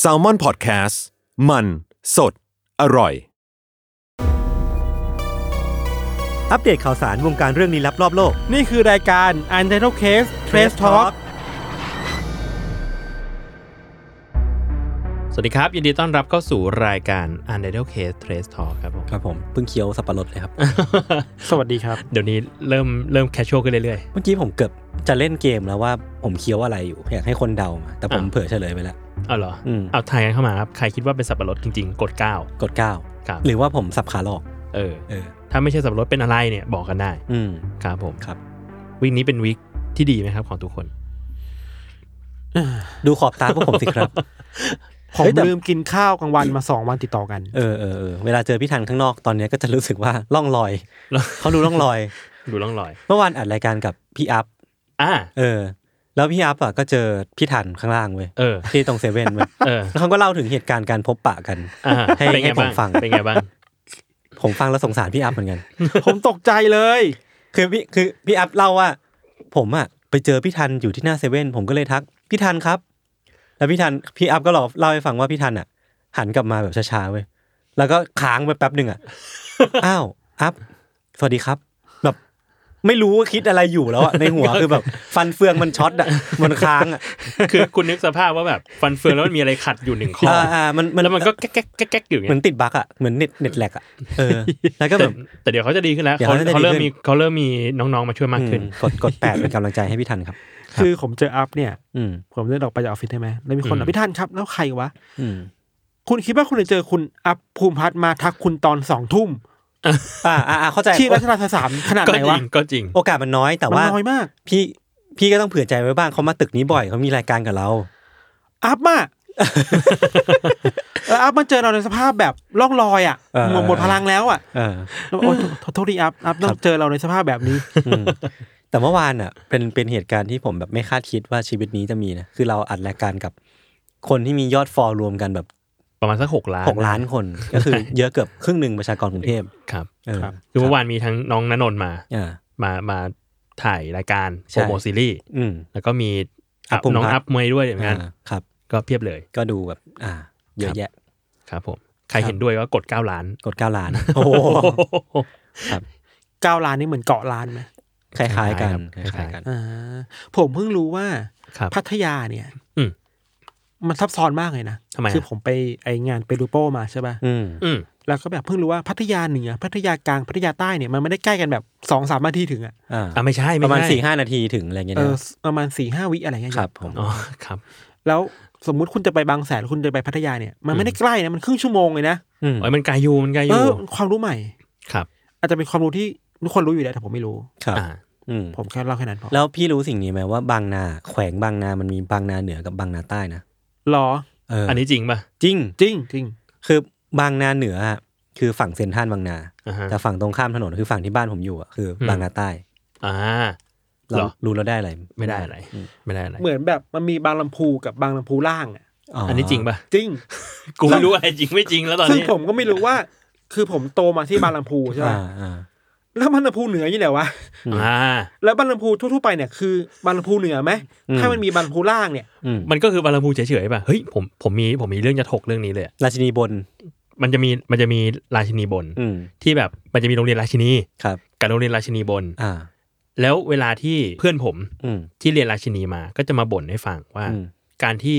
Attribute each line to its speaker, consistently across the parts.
Speaker 1: แซลมอนพอดแคสต์มันสดอร่อย
Speaker 2: อัปเดตข่าวสารวงการเรื่องลี้ลับรอบโลก
Speaker 3: นี่คือรายการ u n t i t l e Case Trace Talk สวัสดีครับ ยินดีต้อนรับเข้าสู่รายการ u n t i t l e Case Trace Talk ครับผม
Speaker 2: ครับผมเพิ่งเคี้ยวสับปะรดเลยครับ
Speaker 3: สวัสดีครับ เดี๋ยวนี้เริ่มเริ่มแคชชวลขึ้นเรื่อย
Speaker 2: เมื่อกี้ผมเกือบจะเล่นเกมแล้วว่าผมเคี้ยวอะไรอยู่ อยากให้คนเดามา แต่ผม
Speaker 3: อ่ะ
Speaker 2: เผื่อเฉลยไปแล้ว
Speaker 3: ๆ เอาเหรอ
Speaker 2: อืม
Speaker 3: เอาทายกันเข้ามาครับ ใครคิดว่าเป็นสับปะรดจริง ๆ กด 9
Speaker 2: กดเก้า
Speaker 3: ครับ
Speaker 2: หรือว่าผมสับขาหลอก
Speaker 3: เออ
Speaker 2: เออ
Speaker 3: ถ้าไม่ใช่สับปะรดเป็นอะไรเนี่ยบอกกันได้
Speaker 2: อืม
Speaker 3: ครับผม
Speaker 2: ครับ
Speaker 3: วีคนี้เป็นวีคที่ดีไหมครับของทุกคน
Speaker 2: ดูขอบตาพวกผมสิ ครับ
Speaker 4: ผม
Speaker 2: เฮ้ยแต่
Speaker 4: ลืมกินข้าวกลางวัน มาสองวันติดต่อกัน
Speaker 2: เออเออเออเวลาเจอพี่ทันข้างนอกตอนเนี้ยก็จะรู้สึกว่าล่องลอย เขาดูล่องลอย
Speaker 3: ดูร่องรอย
Speaker 2: เมื่อวานอัดรายการกับพี่อัพ
Speaker 3: อ่า
Speaker 2: เออ แล้วพี่อัพอ่ะก็เจอพี่ทันข้างล่างเว้ย
Speaker 3: เออ
Speaker 2: ที่ตรงเซเว่นเว้ย
Speaker 3: เออ
Speaker 2: แล้วเขาก็เล่าถึงเหตุการณ์การพบปะกัน
Speaker 3: อ่า
Speaker 2: ให้
Speaker 3: เป็นไง
Speaker 2: ให้ผ
Speaker 3: บ้าม ง
Speaker 2: ฟัง
Speaker 3: เป็นไงบ้าง
Speaker 2: ผมฟังแล้วสงสารพี่อัพเหมือนกัน
Speaker 4: ผมตกใจเลย
Speaker 2: คือพี่คือพี่อัพเล่าว่า ผมอะไปเจอพี่ทันอยู่ที่หน้าเซเว่นผมก็เลยทัก พี่ทันครับ แล้วพี่ทันพี่อัพก็เล่าเล่าให้ฟังว่าพี่ทันอะหันกลับมาแบบช้าๆเว้ยแล้วก็ค้างไปแป๊บห นึ่งอะ อ้าวอัพสวัสดีครับ แบบไม่รู้ว่าคิดอะไรอยู่แล้วอะใน หัว คือแบบ ฟันเฟืองมันช็อตอะมันค้างอะ
Speaker 3: คือคุณนึกสภาพว่าแบบฟันเฟืองแล้วมันมีอะไรขัดอยู่หนึ่งข้อ
Speaker 2: อ่าอ่ามัน
Speaker 3: แล้วมันก็แก๊กแก๊กแก๊กแก๊กอยู่
Speaker 2: เหมือ
Speaker 3: เงี้
Speaker 2: น
Speaker 3: ย
Speaker 2: ติดบั๊กอะเหมือนเน็ตเน็ตแลกอะเออ แล้วก็
Speaker 3: แต่
Speaker 2: แบบ
Speaker 3: แต่เดี๋ยวเขาจะดีขึ้นแล้ว
Speaker 2: เดี๋ยว
Speaker 3: เขา
Speaker 2: เขาจะดี
Speaker 3: เขาเริ่ม
Speaker 2: ขึ้น
Speaker 3: มีเขาเริ่มมีน้องๆมาช่วยมากขึ้น
Speaker 2: อืมกดกดแปดเป็นกำลังใจให้พี่ทันครับ
Speaker 4: คือผมเจออัพเนี่ย
Speaker 2: อืม
Speaker 4: ผมเดินออกไปจากออฟฟิศใช่ไหมแล้วมีคน
Speaker 3: อื
Speaker 4: อ่ะ
Speaker 3: ม
Speaker 4: พี่ท่านครับ แล้วใครวะ
Speaker 2: อืม
Speaker 4: คุณคิดว่าคุณจะเจอคุณอัพภูมิพัฒน์มาทักคุณตอนสองทุ่ม
Speaker 2: อ่าอ่าอ่าเข้าใจ
Speaker 4: ที่รัชดาสามขนาด
Speaker 3: ก็
Speaker 4: ไหน
Speaker 3: จริ
Speaker 4: วะ
Speaker 3: งก็จริง
Speaker 2: โอกาสมันน้อยแต่
Speaker 4: มัน
Speaker 2: ว่าม
Speaker 4: น้อยมาก
Speaker 2: พี่พี่ก็ต้องเผื่อใจไว้บ้างเขามาตึกนี้บ่อยเขามีรายการกับเรา
Speaker 4: อัพมาก แล้วอัพมันเจอเราในสภาพแบบล่องลอยอ่ะ
Speaker 2: เออ
Speaker 4: หมดหมดพลังแล้วอ่ะ
Speaker 2: เออ
Speaker 4: แล้วโอ้ยขอโทษดีอัพอัพต้องเจอเราในสภาพแบบนี้
Speaker 2: อืมแต่เมื่อวานอ่ะ เป็นเป็นเหตุการณ์ที่ผมแบบไม่คาดคิดว่าชีวิตนี้จะมีนะคือเราอัดรายการกับคนที่มียอดฟอลรวมกันแบบ
Speaker 3: ประมาณสักหกล้าน
Speaker 2: หกล้านคน ก็คือเยอะเกือบครึ่งหนึ่งประชากรกรุงเทพ
Speaker 3: ครับ
Speaker 2: เออ
Speaker 4: ครับ
Speaker 3: คือเมื่อวานมีทั้งน้องณนนท์มา
Speaker 2: อ่า
Speaker 3: มามาถ่ายรายการ
Speaker 2: ใช่
Speaker 3: โปรโมทซีรีส์
Speaker 2: อืม
Speaker 3: แล้วก็มี
Speaker 2: อัพภูมิ
Speaker 3: น้อง
Speaker 2: พัฒน์
Speaker 3: อัพมวยด้วยเหมือนกัน
Speaker 2: อ่าครับ
Speaker 3: ก็เพียบเลย
Speaker 2: ก็ดูแบบ อ่า เยอะแยะ
Speaker 3: ครับผมใคร
Speaker 2: ครับ
Speaker 3: เห็นด้วยก็กด 9 ล้าน
Speaker 2: กดเก้าล้าน โอ้โห ครับ
Speaker 4: เก้าล้านนี่เหมือนเกาะล้านไหม
Speaker 2: คล้ายๆกัน
Speaker 3: คล้ายๆ
Speaker 2: ค
Speaker 3: ครับ
Speaker 2: ล้ายๆกัน
Speaker 4: อ่าผมเพิ่งรู้ว่า
Speaker 3: ครับ
Speaker 4: พัทยาเนี่ย
Speaker 3: อืม
Speaker 4: มันซับซ้อนมากเลยนะ
Speaker 3: ทำไมอะ
Speaker 4: คือผมไปไองานเปรูโปมาใช่ป่ะ
Speaker 2: อืม
Speaker 3: อืม
Speaker 4: แล้วก็แบบเพิ่งรู้ว่าพัทยาเหนือพัทยากลางพัทยาใต้เนี่ยมันไม่ได้ใกล้กันแบบสองสามนาทีถึงอะ
Speaker 2: อ่า
Speaker 3: อ่ะไม่ใช่
Speaker 2: ป
Speaker 3: ไม่
Speaker 2: ระมาณ
Speaker 3: ใช่
Speaker 2: สี่ห้านาทีถึงอะไรเงี้ย
Speaker 4: เอ
Speaker 2: นะ
Speaker 4: อประมาณสี่ห้าวิอะไรเงี้ย
Speaker 2: ครับผม
Speaker 3: อ๋อครับ
Speaker 4: แล้วสมมุติคุณจะไปบางแสนคุณจะไปพัทยาเนี่ยมันไม่ได้ใกล้นะมันครึ่งชั่วโมงเลยนะ
Speaker 2: อืม
Speaker 3: โอ้ยมันไกลอยู่มันไกลอ
Speaker 4: เอยู่ อความรู้ใหม่
Speaker 3: ครับ
Speaker 4: อาจจะเป็นความรู้ที่ทุกคนรู้อยู่แล้วแต่ผมไม่รู้
Speaker 2: ครับ
Speaker 3: อ่า
Speaker 2: อืม
Speaker 4: ผมแค่เล่าแค่นั้นพอ
Speaker 2: แล้วพี่รู้สิ่งนี้ไหมว่าบางนาแขวงบางนามันมีบางนาเหนือกับบางนาใต้นะ
Speaker 4: หรอ
Speaker 2: เออ
Speaker 3: อันนี้จริงป่ะ
Speaker 2: จริง
Speaker 4: จริงจริง
Speaker 2: คือบางนาเหนืออะคือฝั่งเซ็นทรัลบางนา
Speaker 3: อ่าฮะ
Speaker 2: แต่ฝั่งตรงข้ามถนนคือฝั่งที่บ้านผมอยู่อะคืออ
Speaker 3: ม
Speaker 2: บางนาใต้
Speaker 3: อ่า
Speaker 2: เรา
Speaker 3: เหรอ
Speaker 2: รู้แล้วได้อะไร
Speaker 3: ไม่ได้อะไร ไม่ได้อะไร
Speaker 4: เหมือนแบบมันมีบางลำพูกับบางลำพูล่างอะ
Speaker 3: อันนี้จริงป่ะ
Speaker 4: จริง
Speaker 3: กูไม่รู้อะไรจริงไม่จริงแล้วตอน
Speaker 4: ซึ่ง
Speaker 3: นี้
Speaker 4: ผมก็ไม่รู้ว่า คือผมโตมาที่บางลำพูใช่ไหม
Speaker 2: อ่าอ่า
Speaker 4: แล้วบางลำพูเหนืออยู่ไหนวะ
Speaker 3: อ่า
Speaker 4: แล้วบางลำพูทั่วๆไปเนี่ยคือบางลำพูเหนือไหม
Speaker 2: อืม
Speaker 4: ถ้ามันมีบางลำพูล่างเนี่ย
Speaker 2: อืม
Speaker 3: มันก็คือบารามูเฉยๆป่ะ เฮ้ยผมผมมีผมมีเรื่องจะถกเรื่องนี้เลยอะ
Speaker 2: ราชินีบน
Speaker 3: มันจะมีมันจะมีราชินีบน
Speaker 2: อืม
Speaker 3: ที่แบบมันจะมีโรงเรียนราชินี
Speaker 2: ครับ
Speaker 3: กับโรงเรียนราชินีบน
Speaker 2: อ่า
Speaker 3: แล้วเวลาที่เพื่อนผม
Speaker 2: อืม
Speaker 3: ที่เรียนราชินีมาก็จะมาบ่นให้ฟังว่า
Speaker 2: อืม
Speaker 3: การที่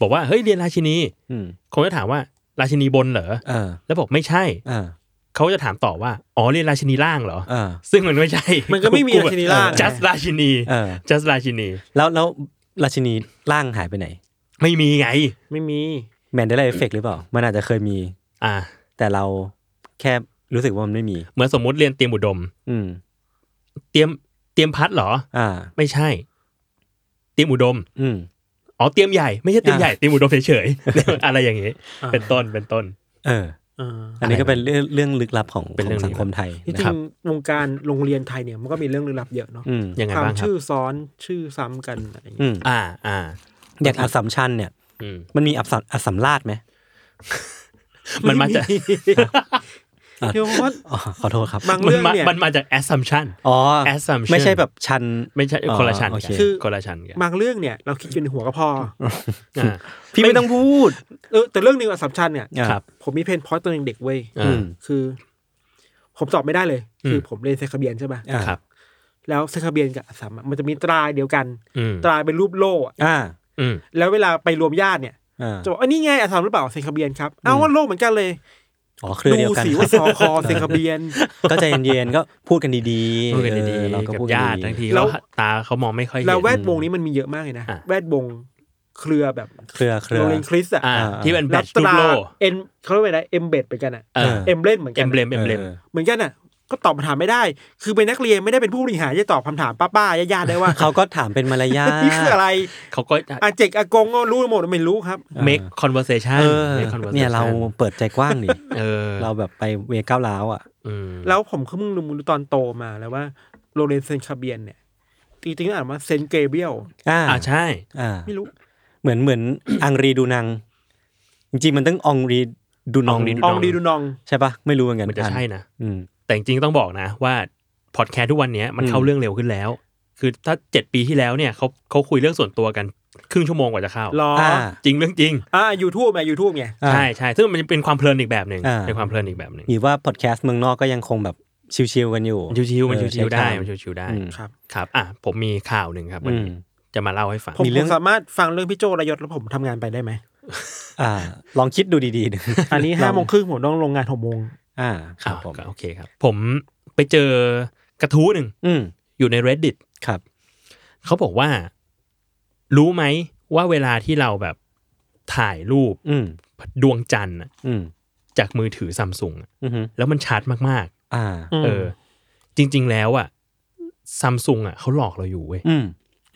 Speaker 3: บอกว่าเฮ้ยเรียนราชินี
Speaker 2: อืม
Speaker 3: คงจะถามว่าราชินีบนเหรอ
Speaker 2: อ่า
Speaker 3: แล้วบอกไม่ใช่
Speaker 2: อ่า
Speaker 3: เขาจะถามต่อว่า อ๋อเรียนราชินีล่างเหรอ
Speaker 2: อ่า
Speaker 3: ซึ่งมันไม่ใช่
Speaker 4: มันก็ไม่มีราชินีล่าง
Speaker 3: จัสราชินี
Speaker 2: เออ
Speaker 3: จัสราชินี
Speaker 2: แล้วแล้วราชินีร่างหายไปไหน
Speaker 3: ไม่มีไง
Speaker 4: ไม่มี
Speaker 2: แมนเดลเอฟเฟกหรือเปล่า มันอาจจะเคยมี
Speaker 3: อ่า
Speaker 2: แต่เราแค่รู้สึกว่ามันไม่มี
Speaker 3: เหมือนสมมุติเรียนเตรียมอุดม
Speaker 2: อืม
Speaker 3: เตรียม เตรียมพัดเหรอ
Speaker 2: อ่า
Speaker 3: ไม่ใช่ เตรียมอุดม
Speaker 2: อืม
Speaker 3: อ๋อเตรียมใหญ่ ไม่ใช่เตรียมใหญ่ เตรียมอุดมเฉยๆ อะไรอย่างนี้
Speaker 4: อ่า
Speaker 3: เป็นต้น เป็นต้น
Speaker 2: เออ
Speaker 4: อ่า
Speaker 2: อันนี้ก็เป็นเรื่องเรื่องลึกลับของ
Speaker 3: เป็นเรื่อง
Speaker 2: ของสังคมไทย
Speaker 4: จริ
Speaker 2: นะครั
Speaker 4: ง
Speaker 2: บ
Speaker 4: ๆวงการโรงเรียนไทยเนี่ยมันก็มีเรื่องลึกลับเยอะเนาะ
Speaker 2: อืม
Speaker 3: ยังไงบ้าง
Speaker 4: ทำ
Speaker 3: ครับ
Speaker 4: ชื่อซ้อนชื่อซ้ำกันอะไรอย่าง
Speaker 2: อื
Speaker 4: เงี้ย
Speaker 2: ม
Speaker 3: อ่า อ่า
Speaker 2: อย่างอัสสัมชัญเนี่ย
Speaker 3: อืม
Speaker 2: มันมีอัสสัมอัสสัมราชไหม
Speaker 3: มันมาจาก
Speaker 4: เดี๋ยวว่า
Speaker 2: อ๋อขอโทษครับ
Speaker 4: บาง
Speaker 3: มัน
Speaker 4: เรื่อง
Speaker 3: มา
Speaker 4: เนี่ย
Speaker 3: มันมาจาก assumption
Speaker 2: อ๋อ
Speaker 3: assumption
Speaker 2: ไม่ใช่แบบชัน
Speaker 3: ไม่ใช่คนละชั้น
Speaker 2: อ๋อโอเค
Speaker 3: กัน
Speaker 4: คือ
Speaker 3: คนละชั้นกัน
Speaker 4: บางเรื่องเนี่ยเราคิดอยู่ในหัวก็พอ
Speaker 3: อ่า
Speaker 2: พี่ไม่ต้องพูด
Speaker 4: เออแต่เรื่องหนึงอัสสัมชัญเนี่ย
Speaker 3: ครับ
Speaker 4: ผมมีเพนพอยต์ตอนเด็กๆเว้ย
Speaker 3: อ่า
Speaker 4: คือ ผมตอบไม่ได้เลย คืออ
Speaker 3: ม
Speaker 4: ผมเรียนเซคาเบียนใช่ป่ะ
Speaker 2: อ่า
Speaker 3: ครับ
Speaker 4: แล้วเซคาเบียนกับอัสสัมอะมันจะมีตราเดียวกัน
Speaker 3: อืม
Speaker 4: ตราเป็นรูปโล่อะ
Speaker 2: อ่า
Speaker 3: อืม
Speaker 4: แล้วเวลาไปรวมญาติเนี่ย
Speaker 2: อ่า
Speaker 4: จะบอกอันนี้ไงอัสสัมหรือเปล่าเซคาเบียนครับเอาว่าโลกเหมือนกันเลย
Speaker 2: อ๋อเครือ
Speaker 4: ดู
Speaker 2: เดียวกัน
Speaker 4: สิว่าสอคอเซคาเบียน
Speaker 2: ก็ใจเย็นๆก็พูดกันดีๆ
Speaker 3: พูดกันดี
Speaker 2: ออเรา
Speaker 3: ๆ
Speaker 2: ก็
Speaker 3: กับ
Speaker 2: พูดกัน
Speaker 3: ญาติ
Speaker 2: ดี
Speaker 3: ทั้ง
Speaker 2: ๆ
Speaker 3: ที
Speaker 4: แล้
Speaker 3: แล้ว
Speaker 4: ว
Speaker 3: ตาเขามองไม่ค่อยเห็น
Speaker 4: แล้วแวดวงนี้มันมีเยอะมากเลยนะ
Speaker 3: อ่ะ
Speaker 4: แวดวงเครือแบบ
Speaker 2: เครือเครือ
Speaker 4: โรงเรียนคริสต์อะ
Speaker 3: อ่า
Speaker 2: อ่า
Speaker 3: ที่เป็นแบ
Speaker 4: แล้
Speaker 3: ต
Speaker 4: ว
Speaker 3: ช
Speaker 4: ต
Speaker 3: รูป
Speaker 4: รา
Speaker 3: โล
Speaker 4: เอ็นเขาเรียกว่าอะไรเอ็มเบดไปกันอะ
Speaker 3: เออ
Speaker 4: เอ็มเล่นเหมือน
Speaker 3: เอ็
Speaker 4: กัน
Speaker 3: มเบลมเอ็มเบลม
Speaker 2: ออ
Speaker 4: เหมือนกันอะก็ตอบคำถามไม่ได้ คือเป็นนักเรียนไม่ได้เป็นผู้บริหารจะตอบคำถามป้าๆญาติๆได้ว่า
Speaker 2: เขาก็ถามเป็นมาร ยาท
Speaker 4: นี่คืออะไร
Speaker 3: เขาก็
Speaker 4: อาเจกอากงก็รู้หมดไม่รู้ครับ
Speaker 3: make conversation
Speaker 2: เออ
Speaker 3: make conversation
Speaker 2: เนี่ยเราเปิดใจกว้างนี่
Speaker 3: เออ
Speaker 2: เราแบบไปเวก้าวร้าวอ่ะ
Speaker 3: อืม
Speaker 4: แล้วผมก็เพิ่งรู้ตอนโตมาแล้วว่าโรงเรียนเซนคาเบียนเนี่ยจริงๆอ่านว่าเซนเกเบียล
Speaker 2: อ่า
Speaker 3: อ่าใช่
Speaker 2: อ่า
Speaker 4: ไม่รู้
Speaker 2: เหมือนเหมือน อังรีดูนัง จริงๆมันต้ององรีดูนอง
Speaker 3: องรี
Speaker 4: อองดีดูนอง
Speaker 2: ใช่ปะไม่รู้เหมือนกัน
Speaker 3: มันจะใช่นะ
Speaker 2: อืม
Speaker 3: แต่จริงๆต้องบอกนะว่าพอดแคสต์ทุกวันเนี้ยมัน
Speaker 2: อืม
Speaker 3: เข้าเรื่องเร็วขึ้นแล้ว คือถ้าเจ็ดปีที่แล้วเนี่ยเขาเขาคุยเรื่องส่วนตัวกันครึ่งชั่วโมงกว่าจะเข้า
Speaker 4: รอ
Speaker 2: อ่า
Speaker 3: จริงเรื่องจริง
Speaker 4: อ่ายูทูบไงยูทูบไง
Speaker 2: อ่า
Speaker 3: ใช่ใช่ซึ่งมันเป็นความเพลินอีกแบบหนึ่ง
Speaker 2: อ่า
Speaker 3: เป็นความเพลินอีกแบบหนึ่ง
Speaker 2: หรือว่าพอดแคสต์เมืองนอกก็ยังคงแบบชิวๆกันอยู่
Speaker 3: มันชิวๆมัน
Speaker 2: เออ
Speaker 3: ชิวๆได้
Speaker 2: ใช้
Speaker 3: มัน
Speaker 2: คำ
Speaker 3: ชิวๆได้
Speaker 2: อืม
Speaker 4: ครับ
Speaker 3: ครับอ่ะผมมีข่าวหนึ่งครับวั
Speaker 2: อืม
Speaker 3: นนี้จะมาเล่าให้ฟัง
Speaker 4: ผม
Speaker 2: มีเรื่อง
Speaker 4: ผมสามารถฟังเรื่องพี่โจระยศแล้วผมทำงานไปได้ไหม
Speaker 2: อ่า ลองคิดดูดีๆนะ
Speaker 4: อันนี้ห้าโมงครึ่งผมต้องลงงานหกโมง
Speaker 2: อ่า ค
Speaker 3: ค
Speaker 2: รั
Speaker 3: รั
Speaker 2: บบ ผม
Speaker 3: โอเคครับ ผมไปเจอกระทู้หนึ่ง
Speaker 2: อืม
Speaker 3: อยู่ใน reddit
Speaker 2: ครับ
Speaker 3: เขาบอกว่า รู้ไหมว่าเวลาที่เราแบบถ่ายรูป
Speaker 2: อืม
Speaker 3: ดวงจันทร์น่ะ
Speaker 2: อืม
Speaker 3: จากมือถือซัมซุง
Speaker 2: อืม
Speaker 3: แล้วมันชัดมาก
Speaker 2: อ่า
Speaker 3: ๆ เออ จริง ๆ แล้วอ่ะซัมซุงอ่ะเขาหลอกเราอยู่เว้ย
Speaker 2: อืม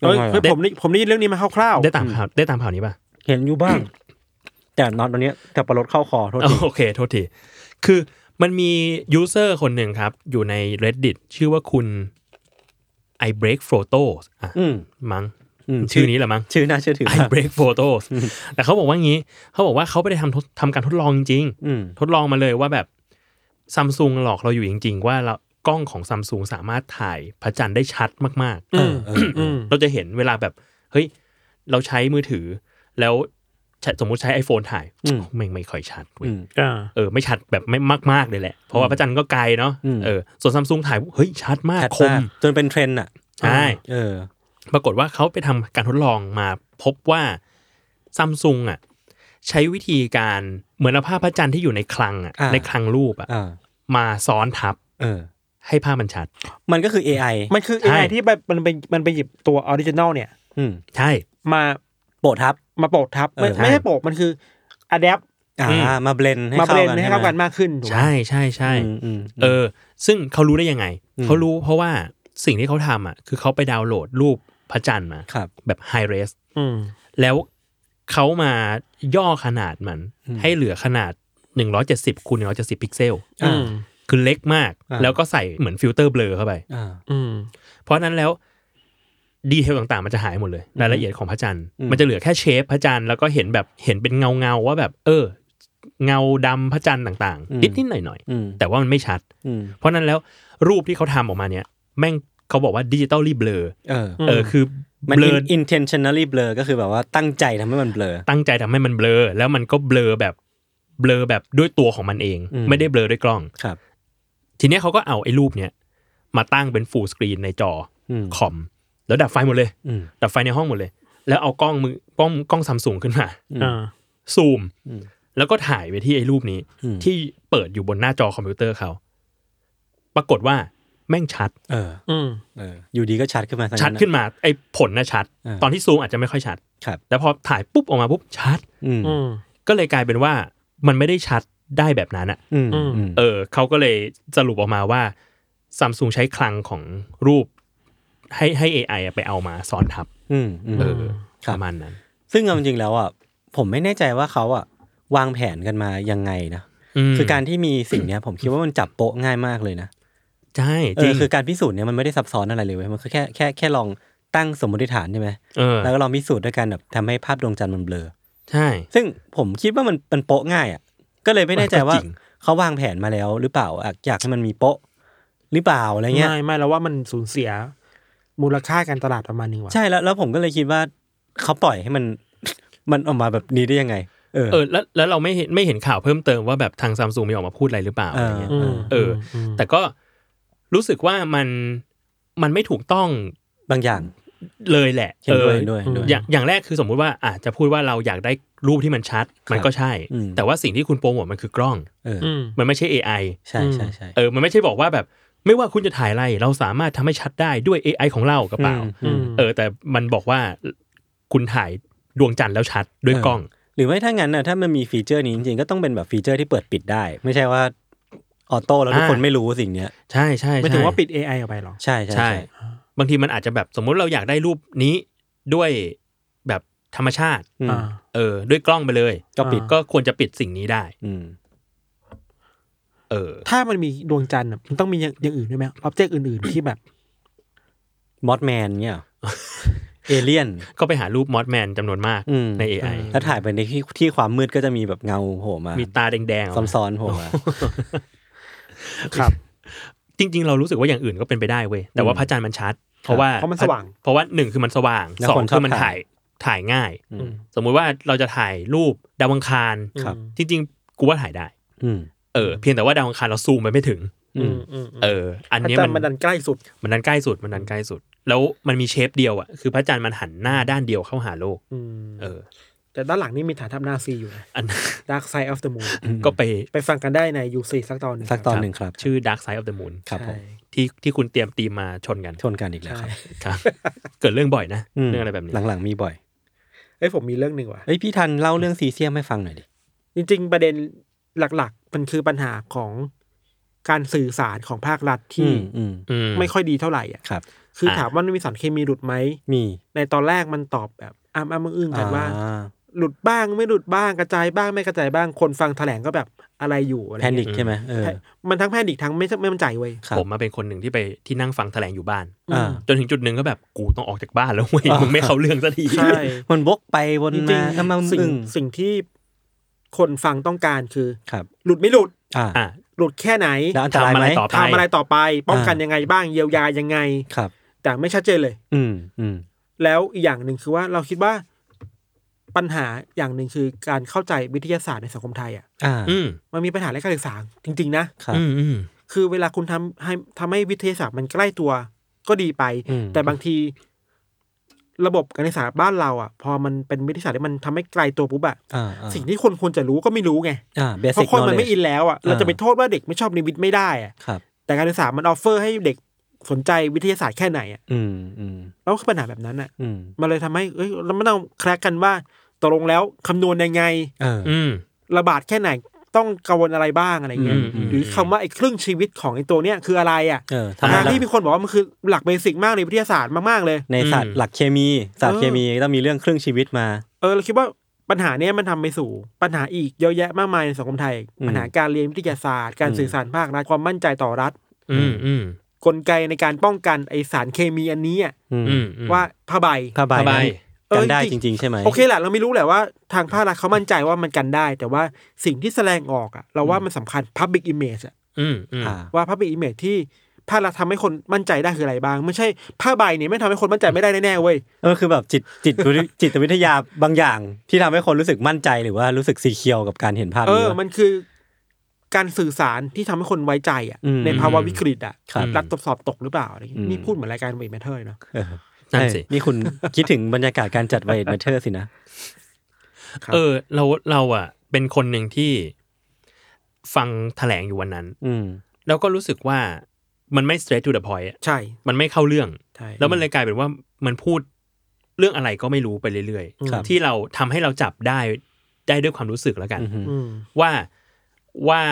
Speaker 4: เอ้ย
Speaker 2: ยังไง
Speaker 4: เฮ้ย
Speaker 2: อะ
Speaker 4: ผมนี่ผมได้ยินี่เรื่องนี้มาคร่าว
Speaker 3: ได้ตามข่าวได้ตามข่าวนี้ป่ะ
Speaker 2: เห็นอยู่บ้าง แต่นอนตอนเนี้ยแต่ประลดเข้าคอโทษที
Speaker 3: โอเค โทษที คือมันมียูเซอร์คนหนึ่งครับ อยู่ใน reddit ชื่อว่าคุณ I break photos อ่ะ
Speaker 2: อืม
Speaker 3: มั้ง
Speaker 2: อืม
Speaker 3: ชื่อนี้แหละมั้ง
Speaker 2: ชื่อน่าเชื่อถือ
Speaker 3: I
Speaker 2: มาก
Speaker 3: break photos แต่เขาบอกว่างี้ เขาบอกว่าเขาไปได้ทำทดทำการทดลองจริง
Speaker 2: อืม
Speaker 3: ๆทดลองมาเลยว่าแบบซัมซุงหลอกเราอยู่จริง ๆ ว่าเรากล้องของซัมซุงสามารถถ่ายพระจันทร์ได้ชัดมาก
Speaker 4: อืมอืม
Speaker 3: ๆ เราจะเห็นเวลาแบบ เฮ้ย เราใช้มือถือ แล้วใช้สมมุติใช้ iPhone ถ่าย
Speaker 2: อืม
Speaker 3: ไม่งไม่ค่อยชัดเว้ย
Speaker 2: อืม
Speaker 4: อ่า
Speaker 3: เออไม่ชัดแบบไม่มากๆเลยแหละ เพราะว่าพระจันทร์ก็ไกลเนาะ
Speaker 2: อืม
Speaker 3: เออส่วนซัมซุงถ่ายเฮ้ยชัดมาก
Speaker 2: ชัด
Speaker 3: ค
Speaker 2: มาก
Speaker 3: ม
Speaker 2: จนเป็นเทรนด์อ่ะ
Speaker 3: ใช่
Speaker 2: เออ
Speaker 3: ปรากฏว่าเขาไปทำการทดลองมาพบว่าซัมซุงอ่ะใช้วิธีการเหมือนเอาภาพพระจันทร์ที่อยู่ในคลังอ่ะ
Speaker 2: อ่า
Speaker 3: ในคลังรูปอ่ะ
Speaker 2: อ่า
Speaker 3: มาซ้อนทับ
Speaker 2: เออ
Speaker 3: ให้ภาพมันชัด
Speaker 2: มันก็คือ AI
Speaker 4: มันคือ
Speaker 3: ใช่
Speaker 4: ไอที่แบบมันไปมันไปหยิบตัวออริจินอลเนี่ย
Speaker 2: อืม
Speaker 3: ใช่
Speaker 4: มา
Speaker 2: โปรดทับ
Speaker 4: มาโปะทับไม่
Speaker 2: เออ
Speaker 4: ไม่ใช่โปะมันคืออะแดป
Speaker 2: อ่า
Speaker 3: อืม
Speaker 2: มาเบลนให้
Speaker 4: มา
Speaker 2: เข้า
Speaker 4: เบร
Speaker 2: กัน
Speaker 4: นให้เข้ากันมากขึ้นถูกไหม
Speaker 3: ใช่ใช่ใช่
Speaker 2: ใช่ไหมอืมอืม
Speaker 3: เออ ซึ่งเขารู้ได้ยังไง
Speaker 2: อืม
Speaker 3: เขารู้เพราะว่าสิ่งที่เขาทำอ่ะ คือเขาไปดาวน์โหลดรูปพระจันทร์มา
Speaker 2: ครับ
Speaker 3: แบบไฮเรส
Speaker 4: อืม
Speaker 3: แล้วเขามาย่อขนาดมัน ให้เหลือขนาด 170คูณ170 พิกเซล
Speaker 4: อืม
Speaker 3: คือเล็กมาก
Speaker 2: อ่า
Speaker 3: แล้วก็ใส่เหมือนฟิลเตอร์เบลอเข้าไป
Speaker 2: อ่า
Speaker 4: อืม
Speaker 3: เพราะฉะนั้นแล้วดีเทลต่างๆ มันจะหายหมดเลย รายละเอียดของพระจันทร์
Speaker 2: อืม
Speaker 3: มันจะเหลือแค่เชฟพระจันทร์แล้วก็เห็นแบบเห็นเป็นเงาเงาๆว่าแบบ เออ เงาดำพระจันทร์ต่างๆ นิดนิดๆหน่อยหน่อยๆ
Speaker 2: อืม
Speaker 3: แต่ว่ามันไม่ชัด
Speaker 2: อืม
Speaker 3: เพราะฉะนั้นแล้วรูปที่เขาทำออกมาเนี่ย แม่งเขาบอกว่าดิจิตอลรีเบลอ
Speaker 2: เออ
Speaker 3: เออคือ
Speaker 2: มัน
Speaker 3: เบลอ
Speaker 2: in- intentionally blur ก็คือแบบว่าตั้งใจทำให้มันเบลอ
Speaker 3: ตั้งใจทำให้มันเบลอ แล้วมันก็เบลอแบบเบลอแบบด้วยตัวของมันเอง
Speaker 2: อืม
Speaker 3: ไม่ได้เบลอด้วยกล้อง
Speaker 2: ครับ
Speaker 3: ทีเนี้ยเขาก็เอาไอ้รูปเนี้ยมาตั้งเป็นฟูลสกรีนในจอ
Speaker 2: อืม
Speaker 3: คอม แล้วดับไฟหมดเลย
Speaker 2: อืม
Speaker 3: ดับไฟในห้องหมดเลย แล้วเอากล้องมือกล้องกล้องซัมซุงขึ้นมา
Speaker 4: อ่า
Speaker 3: ซูม
Speaker 2: อืม
Speaker 3: แล้วก็ถ่ายไปที่ไอ้รูปนี้
Speaker 2: อืม
Speaker 3: ที่เปิดอยู่บนหน้าจอคอมพิวเตอร์เขา ปรากฏว่าแม่งชัด
Speaker 2: เออ
Speaker 4: อืม
Speaker 2: เออ อยู่ดีก็ชัดขึ้นมาซะ
Speaker 3: ชัด
Speaker 2: ะ
Speaker 3: ขึ้นมาไอ้ผลนะชัด
Speaker 2: อ่า
Speaker 3: ตอนที่ซูมอาจจะไม่ค่อยชัด
Speaker 2: ครับ
Speaker 3: แล้วพอถ่ายปุ๊บออกมาปุ๊บชัด
Speaker 2: อืม
Speaker 4: อืม
Speaker 3: ก็เลยกลายเป็นว่ามันไม่ได้ชัดได้แบบนั้นอะ
Speaker 2: อืม
Speaker 4: อืม
Speaker 2: อืม
Speaker 3: เออเขาก็เลยสรุปออกมาว่าซัมซุงใช้คลังของรูป ให้ให้ AI อะไปเอามาซ้อนทับ
Speaker 2: อืมอืม
Speaker 3: เออ
Speaker 2: ครั
Speaker 3: ป
Speaker 2: บ
Speaker 3: ระมาณนั้น
Speaker 2: ซึ่งเอาจริงๆแล้วอ่ะผมไม่แน่ใจว่าเขาอ่ะวางแผนกันมายังไงนะ
Speaker 3: ม
Speaker 2: คือการที่มีสิ่งเนี้ย ผมคิดว่ามันจับโปะง่ายมากเลยนะ
Speaker 3: ใช่
Speaker 2: เอ
Speaker 3: จริ
Speaker 2: อง คือการพิสูจน์เนี่ยมันไม่ได้ซับซ้อนอะไรเลยเว้ยมันคือแค่แค่แค่ลองตั้งสมมติฐานใช่ไหม
Speaker 3: เออ
Speaker 2: แล้วก็ลองพิสูจน์ด้วยการแบบทำให้ภาพดวงจันทร์มันเบลอ
Speaker 3: ใช่
Speaker 2: ซึ่งผมคิดว่ามันมันโปะง่ายอ่ะ ก็เลยไม่แน่ใจว่า
Speaker 3: ก็จริง
Speaker 2: เขาวางแผนมาแล้วหรือเปล่าอ่ะอยากให้มันมีโปะหรือเปล่าอะไรเงี้ย
Speaker 4: ไม่ไม่แล้วว่ามันสูญเสีย มูลค่าการตลาดประมาณหนึงว่ะ
Speaker 2: ใช่แล้วแล้วผมก็เลยคิดว่าเขาปล่อยให้มัน มันออกมาแบบนี้ได้ยังไง เออ
Speaker 3: เออแล้วแล้วเราไม่เห็นไม่เห็นข่าวเพิ่มเติมว่าแบบทางซัมซุงมีออกมาพูดอะไรหรือเปล่า
Speaker 2: เอ
Speaker 3: อะไร
Speaker 2: อ
Speaker 3: เงี้ย
Speaker 2: เออ
Speaker 3: เออ แต่ก็รู้สึกว่ามันมันไม่ถูกต้อง
Speaker 2: บางอย่าง
Speaker 3: เลยแหละ
Speaker 2: เห็นด้วย
Speaker 3: ออ
Speaker 2: เห็นด้วยเห็นด้วย
Speaker 3: อย่างอย่างแรกคือสมมุติว่าอาจจะพูดว่าเราอยากได้รูปที่มันชัด มันก็ใช่
Speaker 2: อืม
Speaker 3: แต่ว่าสิ่งที่คุณโปรโมทมันคือกล้อง
Speaker 2: เออ
Speaker 4: อืม
Speaker 3: มันไม่ใช่ AI
Speaker 2: ใช่ใช่ใช่
Speaker 3: เออมันไม่ใช่บอกว่าแบบ ไม่ว่าคุณจะถ่ายอะไร เราสามารถทำให้ชัดได้ด้วย AI ของเรากระเป๋า
Speaker 2: อืม
Speaker 3: เออ แต่มันบอกว่าคุณถ่ายดวงจันทร์แล้วชัดด้วย
Speaker 2: เออ
Speaker 3: กล้อง
Speaker 2: หรือไม่ถ้างั้นน่ะถ้ามันมีฟีเจอร์นี้จริงๆ ก็ต้องเป็นแบบฟีเจอร์ที่เปิดปิดได้ ไม่ใช่ว่าออโต้แล้วทุกคน
Speaker 3: อ่า
Speaker 2: ไม่รู้สิ่งเนี้ย
Speaker 3: ใช่ใช่
Speaker 4: ไม่
Speaker 3: ใช่
Speaker 4: ถึงว่าปิด AI ออกไปหรอ
Speaker 2: ใช่ใช่
Speaker 3: ใช่
Speaker 2: ใช่
Speaker 3: บางทีมันอาจจะแบบสมมุติเราอยากได้รูปนี้ด้วยแบบธรรมชาติ
Speaker 2: อืม
Speaker 4: อ่า
Speaker 3: เออ ด้วยกล้องไปเลย
Speaker 2: ก็ปิด
Speaker 3: ก็ควรจะปิดสิ่งนี้ได้
Speaker 2: อืม
Speaker 3: เออ
Speaker 4: ถ้ามันมีดวงจันทร์อะมันต้องมีอย่างอย่างอื่นด้วยไหมอ็อบเจกต์อื่นๆ ที่แบบ
Speaker 2: มอสแมนเนี่ย เอเลี่ยน
Speaker 3: ก็ไปหารูปมอสแมนจำนวนมาก
Speaker 2: อืม
Speaker 3: ใน AI
Speaker 2: ถ้าถ่ายไปในที่ที่ความมืดก็จะมีแบบเงาโผล่มา
Speaker 3: มีตาแดงๆออกมา
Speaker 2: ซ้อนๆโผล่มา
Speaker 4: ครับ
Speaker 3: จริง ๆ เรารู้สึกว่าอย่างอื่นก็เป็นไปได้เว้ย แต่ว่าพระจันทร์มันชัด เพราะว่า
Speaker 4: เพราะมันสว่าง
Speaker 3: เพราะว่าหนึ่งคือมันสว่าง
Speaker 2: แล้ว
Speaker 3: สอง
Speaker 2: คนชอบ
Speaker 3: คือมัน
Speaker 2: ถ่า
Speaker 3: ถ่าย ยถ่ายง่าย
Speaker 2: อืม
Speaker 3: สมมุติว่าเราจะถ่ายรูปดาวอังคาร
Speaker 2: ครับ
Speaker 3: จริง ๆ กูว่าถ่ายได้
Speaker 2: อืม
Speaker 3: เออ เพียงแต่ว่าดาวอังคารเราซูมไปไม่ถึง
Speaker 2: อืม
Speaker 3: เออ อัน
Speaker 4: พระ
Speaker 3: เนี้ย
Speaker 4: จัน
Speaker 3: มัน
Speaker 4: ทร์มันดันใกล้สุด
Speaker 3: มันดันใกล้สุดมันดันใกล้สุด แล้วมันมีเชฟเดียวอ่ะคือพระจันทร์มันหันหน้าด้านเดียวเข้าหาโลก
Speaker 4: อืม
Speaker 3: เออ
Speaker 4: แต่ด้านหลังนี่มีฐานทัพนาซีอยู่นะ
Speaker 3: อัน
Speaker 4: Dark Side of the Moon
Speaker 3: ก็ไป
Speaker 4: ไปฟังกันได้ใน UC สักตอนหนึ่ง
Speaker 2: สักตอนหนึ่งครับ
Speaker 3: ชื่อ Dark Side of the Moon
Speaker 2: ครับผม
Speaker 4: ใช่
Speaker 3: ที่ที่คุณเตรียมตีมมาชนกัน
Speaker 2: ชนกันอีกแล้วครับ
Speaker 3: ครับ เกิดเรื่องบ่อยนะ
Speaker 2: ม
Speaker 3: เรื่องอะไรแบบนี้
Speaker 2: หลังๆมีบ่อย
Speaker 4: เอ้ยผมมีเรื่องหนึ่งว่ะ
Speaker 2: เอ้ยพี่ทันเล่าเรื่องซีเซียมให้ฟังหน่อยดิ
Speaker 4: จริงๆ ประเด็นหลักๆ มันคือปัญหาของการสื่อสารของภาครัฐที่
Speaker 2: อืมอืม
Speaker 3: อืม
Speaker 4: ไม่ค่อยดีเท่าไหร่อ่ะ
Speaker 2: ครับ
Speaker 4: คืออา ถามว่ามันมีสารเคมีหลุดไหม
Speaker 2: มี
Speaker 4: ในตอนแรกมันตอบแบบอ้ามอ้ามอึ้งๆกันว่า
Speaker 2: อ่
Speaker 4: หลุดบ้างไม่หลุดบ้างกระจายบ้างไม่กระจายบ้างคนฟังแถลงก็แบบอะไรอยู่อะไร
Speaker 2: แพนิค
Speaker 4: เงี้ย
Speaker 2: ใช่ไหมเออ
Speaker 4: แพมันทั้งแพนิคทั้งไม่ไม่มั่นใจเว้ย
Speaker 2: ครับ
Speaker 3: ผมมาเป็นคนหนึ่งที่ไปที่นั่งฟังแถลงอยู่บ้าน
Speaker 2: อ่า
Speaker 3: จนถึงจุดหนึ่งก็แบบกูต้องออกจากบ้านแล้วเว้ย
Speaker 2: อ่ามึ
Speaker 3: มึงไม่เข้าเรื่องสักที
Speaker 4: ใช่
Speaker 2: มัน วกไปวน
Speaker 4: จริ
Speaker 2: มางทำมา
Speaker 4: ๆสิ่ง
Speaker 2: อึ้ง
Speaker 4: สิ่งที่คนฟังต้องการคือ
Speaker 2: ครับ
Speaker 4: หลุดไม่หลุด
Speaker 2: อ่า
Speaker 3: อ่ะ
Speaker 4: หลุดแค่ไหน
Speaker 2: แล้วอันตราย
Speaker 3: ทำอะ
Speaker 2: ไหม
Speaker 3: ไรต่อ ป
Speaker 4: ทำอะไรต่อไป ป้องกันยังไงบ้างเยียวยายังไง
Speaker 2: ครับ
Speaker 4: แต่ไม่ชัดเจนเลย
Speaker 2: อืมอืม
Speaker 4: แล้วอีกอย่างหนึ่งคือว่าเราคิดว่าปัญหาอย่างหนึ่งคือการเข้าใจวิทยาศาสตร์ในสังคมไทยอ่ะ
Speaker 2: อ่า
Speaker 3: อืม
Speaker 4: มันมีปัญหาเรื่องการศึกษาจริง ๆ นะ
Speaker 2: ครับ
Speaker 3: อืมอืม
Speaker 4: คือเวลาคุณทำให้ทำให้วิทยาศาสตร์มันใกล้ตัวก็ดีไป
Speaker 2: อืม
Speaker 4: แต่บางที ระบบการศึกษาบ้านเราอ่ะ พอมันเป็นวิทยาศาสตร์ที่มันทำให้ไกลตัวปุ๊บอะ
Speaker 2: อ่า
Speaker 4: สิ่งที่คนควรจะรู้ก็ไม่รู้ไง
Speaker 2: อ่าเบ
Speaker 4: เพ
Speaker 2: สิก
Speaker 4: ราะคนมันไม่อินแล้วอ่ะเราจะไปโทษว่าเด็กไม่ชอบในวิทย์ไม่ได้อ่ะ
Speaker 2: ครับ
Speaker 4: แต่การศึกษามันออฟเฟอร์ให้เด็กสนใจวิทยาศาสตร์แค่ไหนอ่ะ
Speaker 2: อืมอืม
Speaker 4: แล้วก็ปัญหาแบบนั้นอ่ะ
Speaker 2: อืม
Speaker 4: มันเลยทำให้เอ้ยเราไม่ต้องแคร์กันว่าตกลงแล้วคำนวณยังไง
Speaker 2: เออ
Speaker 3: อืม
Speaker 4: ระบาดแค่ไหนต้องกังวลอะไรบ้างอะไรเงี้ย
Speaker 3: อืมอืม
Speaker 4: หรือคำว่าไอ้ครึ่งชีวิตของไอ้ตัวเนี้ยคืออะไรอ่ะ
Speaker 2: เออทำ
Speaker 4: ทาง
Speaker 2: อะไร
Speaker 4: ที่มีคนบอกว่ามันคือหลักเบสิกมากในวิทยาศาสตร์มากๆเลย
Speaker 2: ในศาสตร์หลักเคมีศาสตร์เคมีต้องมีเรื่องครึ่งชีวิตมา
Speaker 4: เออเราคิดว่าปัญหาเนี้ยมันทำไปสู่ปัญหาอีกเยอะแยะมากมายในสังคมไทย
Speaker 2: อืม
Speaker 4: ปัญหาการเรียนวิทยาศาสตร์ การสื่อสารภาครัฐความมั่นใจต่อรัฐ
Speaker 3: อืมอืม
Speaker 4: กลไกในการป้องกันไอสารเคมีอันนี้อะ
Speaker 2: อืม
Speaker 3: อืม
Speaker 4: ว่าผ้าใบ
Speaker 2: ผ้าใบ
Speaker 3: สบาย
Speaker 4: เออ
Speaker 2: กันได้
Speaker 4: จ
Speaker 2: จ
Speaker 4: ริง
Speaker 2: ริง ๆ ใช่ไหม
Speaker 4: โอเคแหละเราไม่รู้แหละว่าทางภาครัฐเขามั่นใจว่ามันกันได้ แต่ว่าสิ่งที่แสดงออกอะเราว่ามันสำคัญ Public Image อะ
Speaker 3: อืมอืม
Speaker 2: อ่า
Speaker 4: ว่า Public Image ที่ภาครัฐทำให้คนมั่นใจได้คืออะไรบ้าง ไม่ใช่ผ้าใบเนี่ยไม่ทำให้คนมั่นใจไม่ได้แน่ๆเว้ย
Speaker 2: เออคือแบบจิตจิตวิทยจิตวิทยาบางอย่าง ที่ทำให้คนรู้สึกมั่นใจหรือว่ารู้สึกสีเขียวกับการเห็นภาพ
Speaker 4: เอ
Speaker 2: นี้
Speaker 4: อ
Speaker 2: วะ
Speaker 4: มันคือการสื่อสารที่ทำให้คนไว้ใจอะ
Speaker 2: อืม
Speaker 4: ในภาวะวิกฤตอะ
Speaker 2: ครับ
Speaker 4: รัฐตรวจสอบตกหรือเปล่าอะไรอย่างเงี้ย
Speaker 2: อืม
Speaker 4: นี่พูดเหมือนรายการเวทแมทเทอร์เนาะ
Speaker 2: เออ
Speaker 3: นั่นสิ
Speaker 2: เอ้ยนี่คุณ คิดถึงบรรยากาศการจัดไวท์แมทเทอร์สินะ
Speaker 4: ครับ
Speaker 3: เออ เราเราอ่ะ เป็นคนหนึ่งที่ฟังแถลงอยู่วันนั้น
Speaker 2: อืม
Speaker 3: แล้วก็รู้สึกว่ามันไม่ straight to the point อะ
Speaker 4: ใช่
Speaker 3: มันไม่เข้าเรื่อง
Speaker 4: ใช่
Speaker 3: แล้วมันเลยกลายเป็นว่ามันพูดเรื่องอะไรก็ไม่รู้ไปเรื่อย
Speaker 2: ครับ
Speaker 3: ที่เราทำให้เราจับได้ได้ด้วยความรู้สึกแล้วกัน
Speaker 2: อืม
Speaker 4: อืม
Speaker 3: ว่าว่า